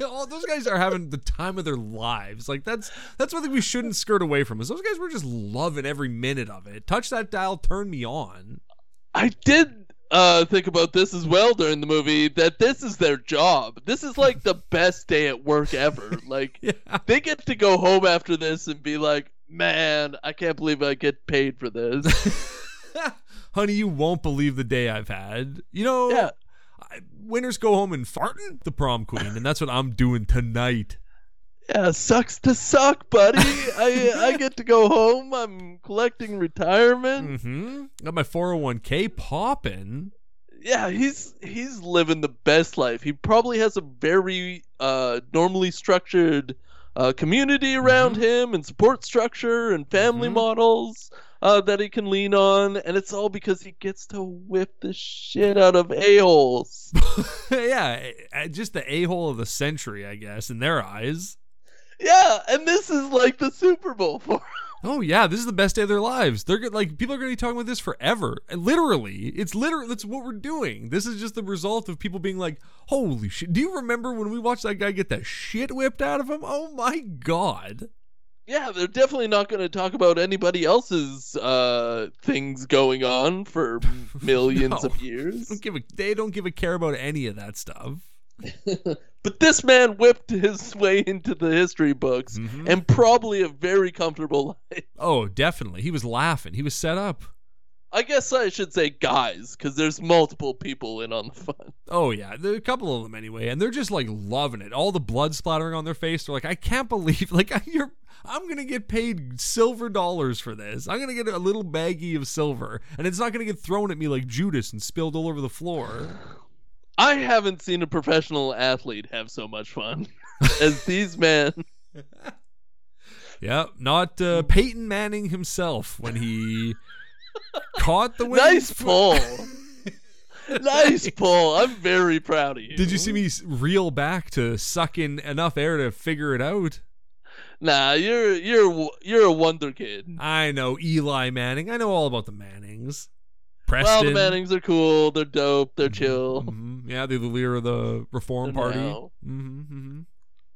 Speaker 1: oh, those guys are having the time of their lives. Like that's that's one thing we shouldn't skirt away from. Is those guys were just loving every minute of it. Touch that dial, turn me on.
Speaker 3: I did uh, think about this as well during the movie that this is their job. This is like the best day at work ever. Like
Speaker 1: Yeah.
Speaker 3: they get to go home after this and be like, "Man, I can't believe I get paid for this."
Speaker 1: Honey, you won't believe the day I've had. You know,
Speaker 3: yeah,
Speaker 1: I, winners go home and farting the prom queen, and that's what I'm doing tonight.
Speaker 3: yeah, sucks to suck, buddy. I I get to go home. I'm collecting retirement.
Speaker 1: Mm-hmm. Got my 401k popping.
Speaker 3: Yeah, he's he's living the best life. He probably has a very uh, normally structured uh, community around him and support structure and family
Speaker 1: Mhm.
Speaker 3: models uh, that he can lean on, and it's all because he gets to whip the shit out of a holes.
Speaker 1: yeah, eh, just the a hole of the century, I guess, in their eyes.
Speaker 3: yeah, and this is like the Super Bowl for
Speaker 1: Oh yeah, this is the best day of their lives. They're go- like people are going to be talking about this forever. And Literally, it's literally that's what we're doing. This is just the result of people being like, "Holy shit! Do you remember when we watched that guy get the shit whipped out of him? Oh my god!"
Speaker 3: Yeah, they're definitely not going to talk about anybody else's uh, things going on for millions
Speaker 1: No.
Speaker 3: of years.
Speaker 1: Don't give a, they don't give a care about any of that stuff.
Speaker 3: But this man whipped his way into the history books
Speaker 1: Mhm.
Speaker 3: and probably a very comfortable life.
Speaker 1: Oh, definitely. He was laughing. He was set up.
Speaker 3: I guess I should say guys, because there's multiple people in on the fun.
Speaker 1: Oh yeah, there are a couple of them anyway, and they're just like loving it. All the blood splattering on their face. They're like, I can't believe, like, you're, I'm gonna get paid silver dollars for this. I'm gonna get a little baggie of silver, and it's not gonna get thrown at me like Judas and spilled all over the floor.
Speaker 3: I haven't seen a professional athlete have so much fun as these men.
Speaker 1: Yep, not uh, Peyton Manning himself when he caught the wind.
Speaker 3: Nice pull. nice pull. I'm very proud of you.
Speaker 1: Did you see me s- reel back to suck in enough air to figure it out?
Speaker 3: Nah, you're you're you're a wonder kid.
Speaker 1: I know Eli Manning. I know all about the Mannings. Preston.
Speaker 3: Well, the Mannings are cool. They're dope. They're chill.
Speaker 1: Mhm. Yeah, they're the leader of the Reform
Speaker 3: They're
Speaker 1: Party.
Speaker 3: now.
Speaker 1: hmm hmm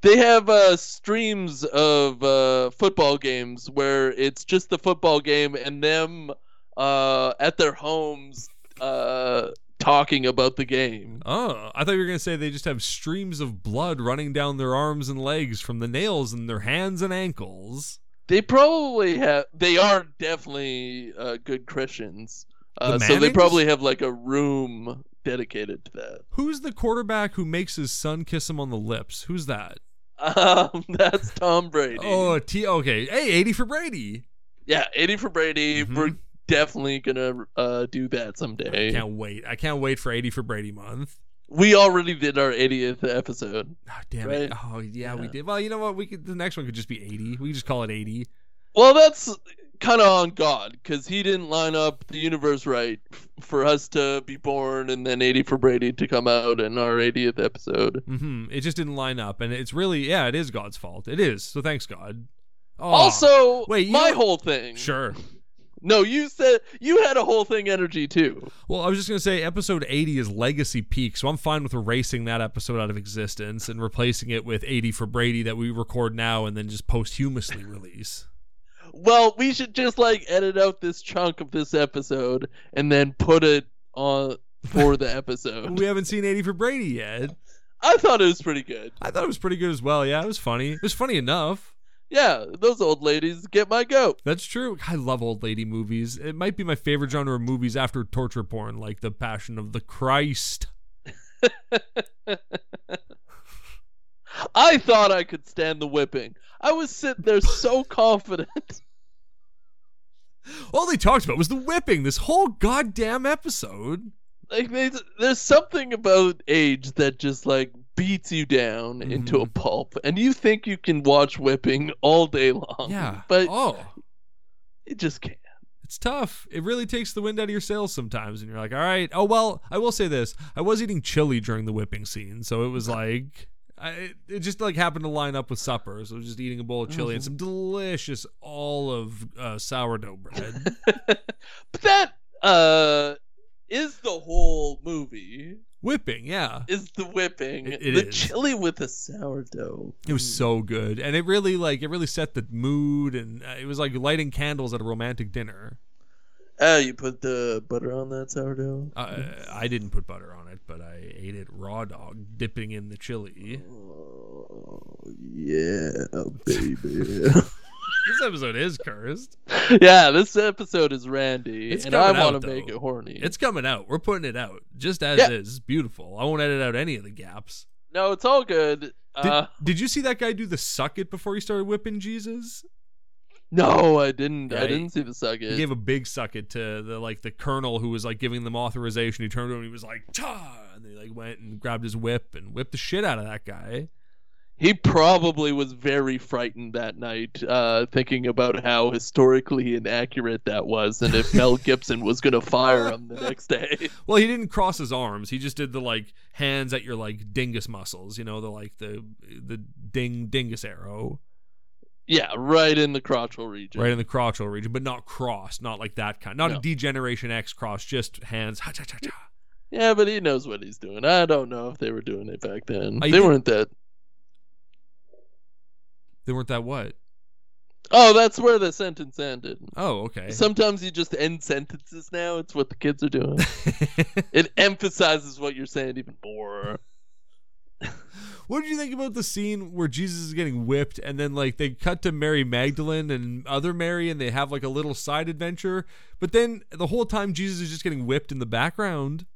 Speaker 3: They have uh, streams of uh, football games where it's just the football game and them uh, at their homes uh, talking about the game.
Speaker 1: Oh, I thought you were gonna say they just have streams of blood running down their arms and legs from the nails in their hands and ankles.
Speaker 3: They probably have. They are definitely uh, good Christians, uh,
Speaker 1: The
Speaker 3: so they
Speaker 1: Mannings?
Speaker 3: probably have like a room dedicated to that.
Speaker 1: Who's the quarterback who makes his son kiss him on the lips? Who's that?
Speaker 3: Um, that's Tom Brady.
Speaker 1: Oh, T. Okay, hey, eighty for Brady.
Speaker 3: Yeah, 80 for Brady.
Speaker 1: Mhm.
Speaker 3: We're definitely gonna uh, do that someday.
Speaker 1: Can't wait. I can't wait for eighty for Brady month.
Speaker 3: We already did our 80th episode.
Speaker 1: Oh, damn it.
Speaker 3: Right.
Speaker 1: Oh yeah, we
Speaker 3: Yeah.
Speaker 1: did. Well, you know what? We could. The next one could just be eighty. We could just call it eighty.
Speaker 3: Well, that's kind of on God because he didn't line up the universe right f- for us to be born and then 80 for Brady to come out in our 80th episode.
Speaker 1: hmm It just didn't line up, and it's really yeah, it is God's fault. It is. So thanks God. Oh.
Speaker 3: also,
Speaker 1: Wait, you
Speaker 3: my
Speaker 1: know-
Speaker 3: whole thing.
Speaker 1: Sure.
Speaker 3: No, you said you had a whole thing energy too.
Speaker 1: Well, I was just going to say episode 80 is Legacy Peak, so I'm fine with erasing that episode out of existence and replacing it with 80 for Brady that we record now and then just posthumously release.
Speaker 3: Well, we should just like edit out this chunk of this episode and then put it on for the episode.
Speaker 1: we haven't seen 80 for Brady yet.
Speaker 3: I thought it was pretty good.
Speaker 1: I thought it was pretty good as well. Yeah, it was funny. It was funny enough.
Speaker 3: Yeah, those old ladies get my goat.
Speaker 1: That's true. I love old lady movies. It might be my favorite genre of movies after torture porn, like The Passion of the Christ.
Speaker 3: I thought I could stand the whipping. I was sitting there so confident.
Speaker 1: All they talked about was the whipping this whole goddamn episode.
Speaker 3: Like they, there's something about age that just like beats you down
Speaker 1: Mm-hmm.
Speaker 3: into a pulp, and you think you can watch whipping all day long.
Speaker 1: Yeah.
Speaker 3: but
Speaker 1: oh.
Speaker 3: it just can't.
Speaker 1: It's tough. It really takes the wind out of your sails sometimes, and you're like, all right. Oh well, I will say this: I was eating chili during the whipping scene, so it was like, I, it- it just like happened to line up with supper. So I was just eating a bowl of chili and some delicious olive uh, sourdough bread.
Speaker 3: But that uh is the whole movie.
Speaker 1: whipping, yeah,
Speaker 3: Is the whipping
Speaker 1: It- it
Speaker 3: the
Speaker 1: is.
Speaker 3: chili with the sourdough?
Speaker 1: it was so good, and it really like it really set the mood, and uh, it was like lighting candles at a romantic dinner.
Speaker 3: Oh, you put the butter on that sourdough.
Speaker 1: Uh,
Speaker 3: Mm-hmm.
Speaker 1: I didn't put butter on it, but I ate it raw dog, dipping in the chili.
Speaker 3: Oh, yeah, baby.
Speaker 1: This episode is cursed.
Speaker 3: yeah, this episode is Randy,
Speaker 1: It's
Speaker 3: and I
Speaker 1: coming out,
Speaker 3: want to make
Speaker 1: though.
Speaker 3: it horny.
Speaker 1: It's coming out. We're putting it out just as
Speaker 3: Yeah.
Speaker 1: is. It's beautiful. I won't edit out any of the gaps.
Speaker 3: no, it's all good.
Speaker 1: Did,
Speaker 3: uh,
Speaker 1: did you see that guy do the suck it before he started whipping Jesus?
Speaker 3: no, I didn't.
Speaker 1: Yeah,
Speaker 3: I
Speaker 1: he-
Speaker 3: didn't see the second.
Speaker 1: He gave a big suck it to the like the colonel who was like giving them authorization. He turned to him and he was like, "Ta!" And they like went and grabbed his whip and whipped the shit out of that guy.
Speaker 3: He probably was very frightened that night, uh, thinking about how historically inaccurate that was, and if Mel Gibson was going to fire him the next day.
Speaker 1: Well, he didn't cross his arms. He just did the like hands at your like dingus muscles, you know, the like the the ding dingus arrow.
Speaker 3: Yeah, right in the crotchal region.
Speaker 1: right in the crotchal region, but not cross, not like that kind, not a
Speaker 3: No.
Speaker 1: Degeneration X cross, just hands. Ha, cha, cha, cha.
Speaker 3: Yeah, but he knows what he's doing. I don't know if they were doing it back then.
Speaker 1: I
Speaker 3: they
Speaker 1: did-
Speaker 3: weren't that.
Speaker 1: They weren't that what?
Speaker 3: Oh, that's where the sentence ended.
Speaker 1: Oh, okay.
Speaker 3: Sometimes you just end sentences now. It's what the kids are doing. it emphasizes what you're saying even more.
Speaker 1: what did you think about the scene where Jesus is getting whipped, and then like they cut to Mary Magdalene and other Mary, and they have like a little side adventure, but then the whole time Jesus is just getting whipped in the background.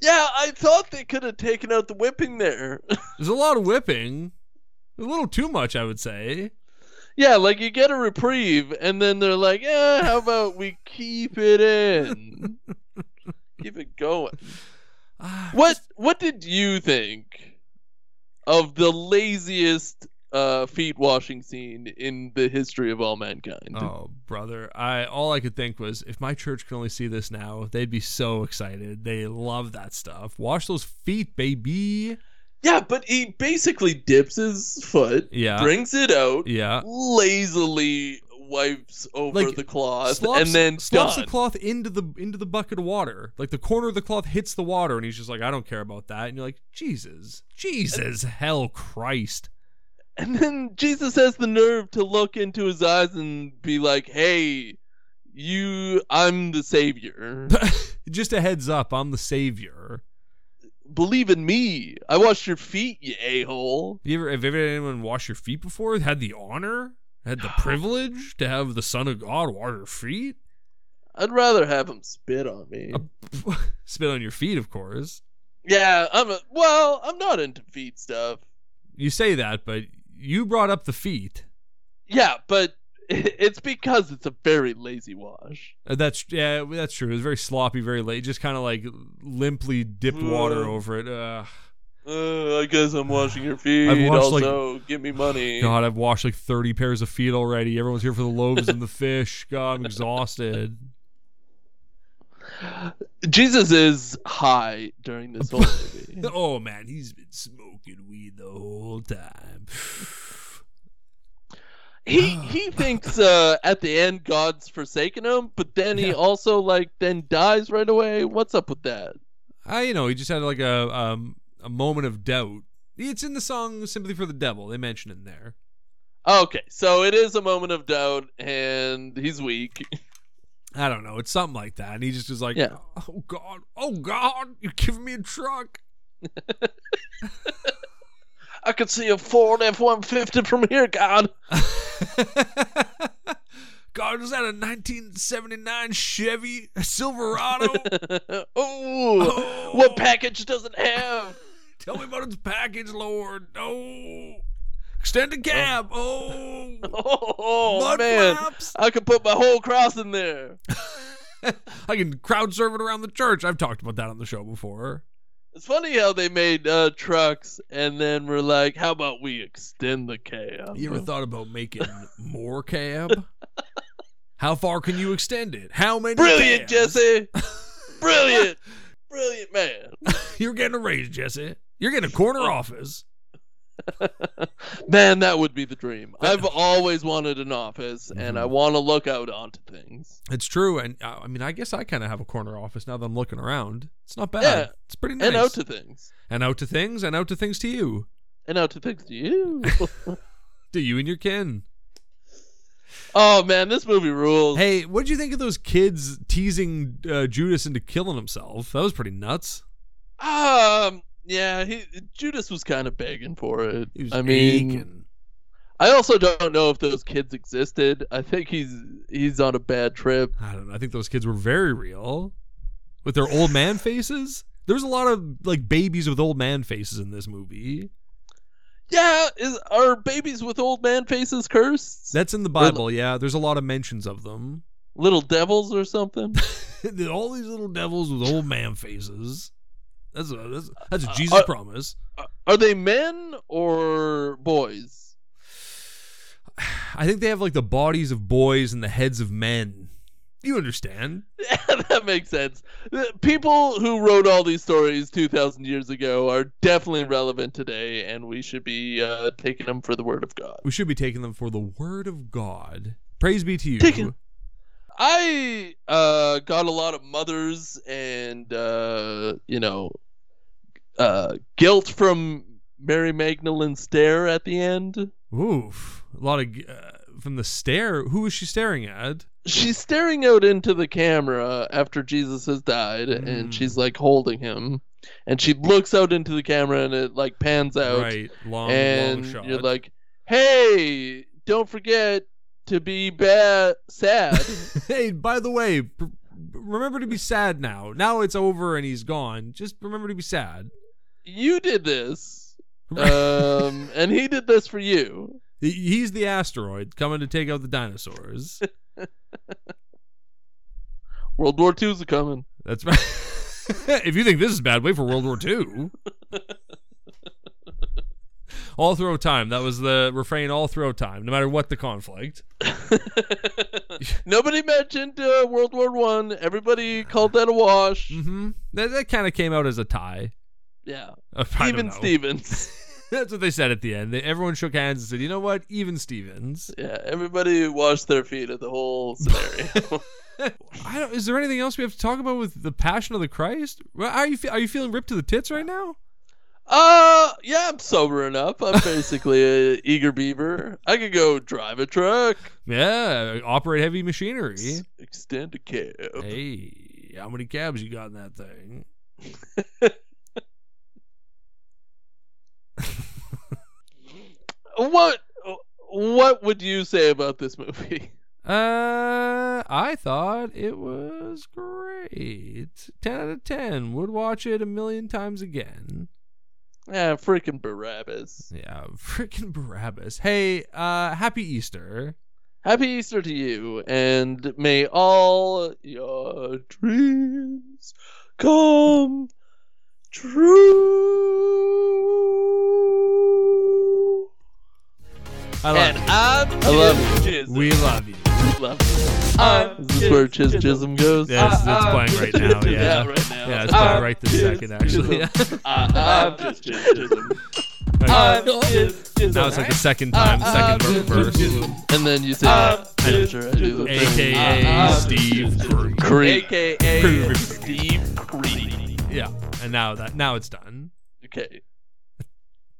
Speaker 3: Yeah, I thought they could have taken out the whipping there.
Speaker 1: There's a lot of whipping, a little too much, I would say.
Speaker 3: yeah, like you get a reprieve, and then they're like, "Yeah, how about we keep it in, keep it going."
Speaker 1: Ah,
Speaker 3: What What did you think of the laziest uh, feet washing scene in the history of all mankind?
Speaker 1: Oh, brother. I all I could think was if my church could only see this now, they'd be so excited. They love that stuff. Wash those feet, baby.
Speaker 3: Yeah, but he basically dips his foot,
Speaker 1: Yeah.
Speaker 3: brings it out,
Speaker 1: Yeah.
Speaker 3: lazily wipes over
Speaker 1: Like,
Speaker 3: the cloth,
Speaker 1: Slops,
Speaker 3: and then
Speaker 1: slops
Speaker 3: done.
Speaker 1: the cloth into the into the bucket of water. Like the corner of the cloth hits the water and he's just like, I don't care about that. And you're like, Jesus. Jesus, hell Christ.
Speaker 3: And then Jesus has the nerve to look into his eyes and be like, "Hey, you, I'm the savior.
Speaker 1: just a heads up, I'm the savior.
Speaker 3: Believe in me. I washed your feet, you a-hole."
Speaker 1: Have you ever have you ever had anyone wash your feet before? Had the honor? Had the privilege to have the Son of God wash your feet?
Speaker 3: I'd rather have him spit on
Speaker 1: Uh,
Speaker 3: me.
Speaker 1: Spit on your feet, of course.
Speaker 3: Yeah, I'm a, well, I'm not into feet stuff.
Speaker 1: You say that, but you brought up the feet.
Speaker 3: Yeah, but it's because it's a very lazy wash.
Speaker 1: Uh, That's yeah, that's true. It was very sloppy, very late. Just kind of like limply dipped water
Speaker 3: Ugh.
Speaker 1: over it. Ugh.
Speaker 3: Uh, I guess I'm washing your feet.
Speaker 1: I've washed, like-
Speaker 3: also, give me money.
Speaker 1: God, I've washed like thirty pairs of feet already. Everyone's here for the loaves and the fish. God, I'm exhausted.
Speaker 3: Jesus is high during this whole movie.
Speaker 1: Oh man, he's been smoking weed the whole time.
Speaker 3: He he thinks uh, at the end God's forsaken him, but then he
Speaker 1: Yeah.
Speaker 3: also like then dies right away. What's up with that?
Speaker 1: I, you know, he just had like a um a moment of doubt. It's in the song "Sympathy for the Devil." They mention it in there.
Speaker 3: Okay, so it is a moment of doubt, and he's weak.
Speaker 1: I don't know. It's something like that. And he just is like,
Speaker 3: Yeah.
Speaker 1: oh, God. Oh, God. You're giving me a truck.
Speaker 3: I could see a Ford F one fifty from here, God.
Speaker 1: God, is that a 1979 Chevy Silverado?
Speaker 3: oh,
Speaker 1: Oh,
Speaker 3: what package does it have?
Speaker 1: Tell me about its package, Lord. Oh. Extended cab. Oh.
Speaker 3: Oh
Speaker 1: Mud
Speaker 3: man,
Speaker 1: flaps.
Speaker 3: I could put my whole cross in there.
Speaker 1: I can crowd serve it around the church. I've talked about that on the show before.
Speaker 3: It's funny how they made uh, trucks, and then we're like, how about we extend the cab?
Speaker 1: You ever thought about making more cab? How far can you extend it? How many?
Speaker 3: Brilliant,
Speaker 1: cabs?
Speaker 3: Jesse. Brilliant. Brilliant man.
Speaker 1: You're getting a raise, Jesse. You're getting a corner
Speaker 3: Oh.
Speaker 1: office.
Speaker 3: Man, that would be the dream. I've always wanted an office and
Speaker 1: Mm-hmm.
Speaker 3: I want to look out onto things.
Speaker 1: It's true, and uh, I mean, I guess I kind of have a corner office now that I'm looking around. It's not bad.
Speaker 3: Yeah.
Speaker 1: It's pretty nice.
Speaker 3: And out to things.
Speaker 1: and out to things, and out to things to you,
Speaker 3: And out to things to you.
Speaker 1: to you and your kin.
Speaker 3: oh man, this movie rules.
Speaker 1: Hey, what did you think of those kids teasing uh, Judas into killing himself? That was pretty nuts.
Speaker 3: Um yeah, he, Judas was kind of begging for it.
Speaker 1: He was
Speaker 3: I mean,
Speaker 1: aching.
Speaker 3: I also don't know if those kids existed. I think he's he's on a bad trip.
Speaker 1: I don't know. I think those kids were very real with their old man faces. There was a lot of like babies with old man faces in this movie.
Speaker 3: Yeah, is are babies with old man faces cursed?
Speaker 1: That's in the Bible, yeah. There's a lot of mentions of them.
Speaker 3: Little devils or something?
Speaker 1: All these little devils with old man faces. That's a, that's, that's a
Speaker 3: Uh,
Speaker 1: Jesus
Speaker 3: uh,
Speaker 1: promise.
Speaker 3: Are they men or boys?
Speaker 1: I think they have like the bodies of boys and the heads of men. You understand?
Speaker 3: that makes sense. The People who wrote all these stories 2,000 years ago are definitely relevant today, and we should be uh, taking them for the word of God.
Speaker 1: We should be taking them for the word of God. Praise be to you.
Speaker 3: Taking- I uh, got a lot of mothers and, uh, you know, uh, guilt from Mary Magdalene's stare at the end.
Speaker 1: Oof. A lot of uh, from the stare. Who is she staring at?
Speaker 3: She's staring out into the camera after Jesus has died,
Speaker 1: Mm.
Speaker 3: and she's like holding him. And she looks out into the camera, and it like pans out.
Speaker 1: Right. Long,
Speaker 3: and
Speaker 1: long shot.
Speaker 3: you're like, "Hey, don't forget to be bad, sad."
Speaker 1: hey, by the way, pr- remember to be sad now. Now it's over and he's gone. Just remember to be sad.
Speaker 3: you did this, um, and he did this for you.
Speaker 1: He- He's the asteroid coming to take out the dinosaurs.
Speaker 3: World War II's a coming.
Speaker 1: That's right. if you think this is bad, wait for World War II. all through time. That was the refrain all through time, no matter what the conflict.
Speaker 3: Nobody mentioned uh, World War One. Everybody called that a wash.
Speaker 1: Mm-hmm. That, that kind of came out as a tie.
Speaker 3: Yeah,
Speaker 1: Uh, I don't
Speaker 3: even
Speaker 1: know.
Speaker 3: Stevens.
Speaker 1: That's what they said at the end. They, everyone shook hands and said, you know what? Even Stevens.
Speaker 3: Yeah, everybody washed their feet at the whole scenario.
Speaker 1: I don't, is there anything else we have to talk about with the Passion of the Christ? Well, Are you fe- are you feeling ripped to the tits right now?
Speaker 3: uh, yeah, I'm sobering up. I'm basically a eager beaver. I could go drive a truck.
Speaker 1: Yeah, operate heavy machinery.
Speaker 3: Extend a cab.
Speaker 1: Hey, how many cabs you got in that thing?
Speaker 3: What what would you say about this movie?
Speaker 1: Uh, I thought it was great. Ten out of ten. Would watch it a million times again.
Speaker 3: Yeah, freaking Barabbas.
Speaker 1: Yeah, freaking Barabbas. Hey, uh, happy Easter.
Speaker 3: Happy Easter to you, and may all your dreams come true.
Speaker 1: I love.
Speaker 3: And Uh,
Speaker 1: You.
Speaker 3: I'm I
Speaker 1: love
Speaker 3: Jism.
Speaker 1: We love you.
Speaker 3: love I'm Is this where Chiz Jism goes?
Speaker 1: Yes, it's playing right now,
Speaker 3: Jism.
Speaker 1: yeah.
Speaker 3: uh, right now. Uh,
Speaker 1: Yeah, it's probably right this
Speaker 3: Jizz
Speaker 1: second, actually.
Speaker 3: Jism. I- I'm Chiz Jism. I'm Chiz Jism.
Speaker 1: Now it's like the second
Speaker 3: Uh,
Speaker 1: time, the second verse.
Speaker 3: And then you say, I'm sure I do the thing. uh,
Speaker 1: AKA Steve Curry.
Speaker 3: Creep. AKA
Speaker 1: Creep.
Speaker 3: Steve Creep.
Speaker 1: Yeah, and now that now it's done.
Speaker 3: Okay.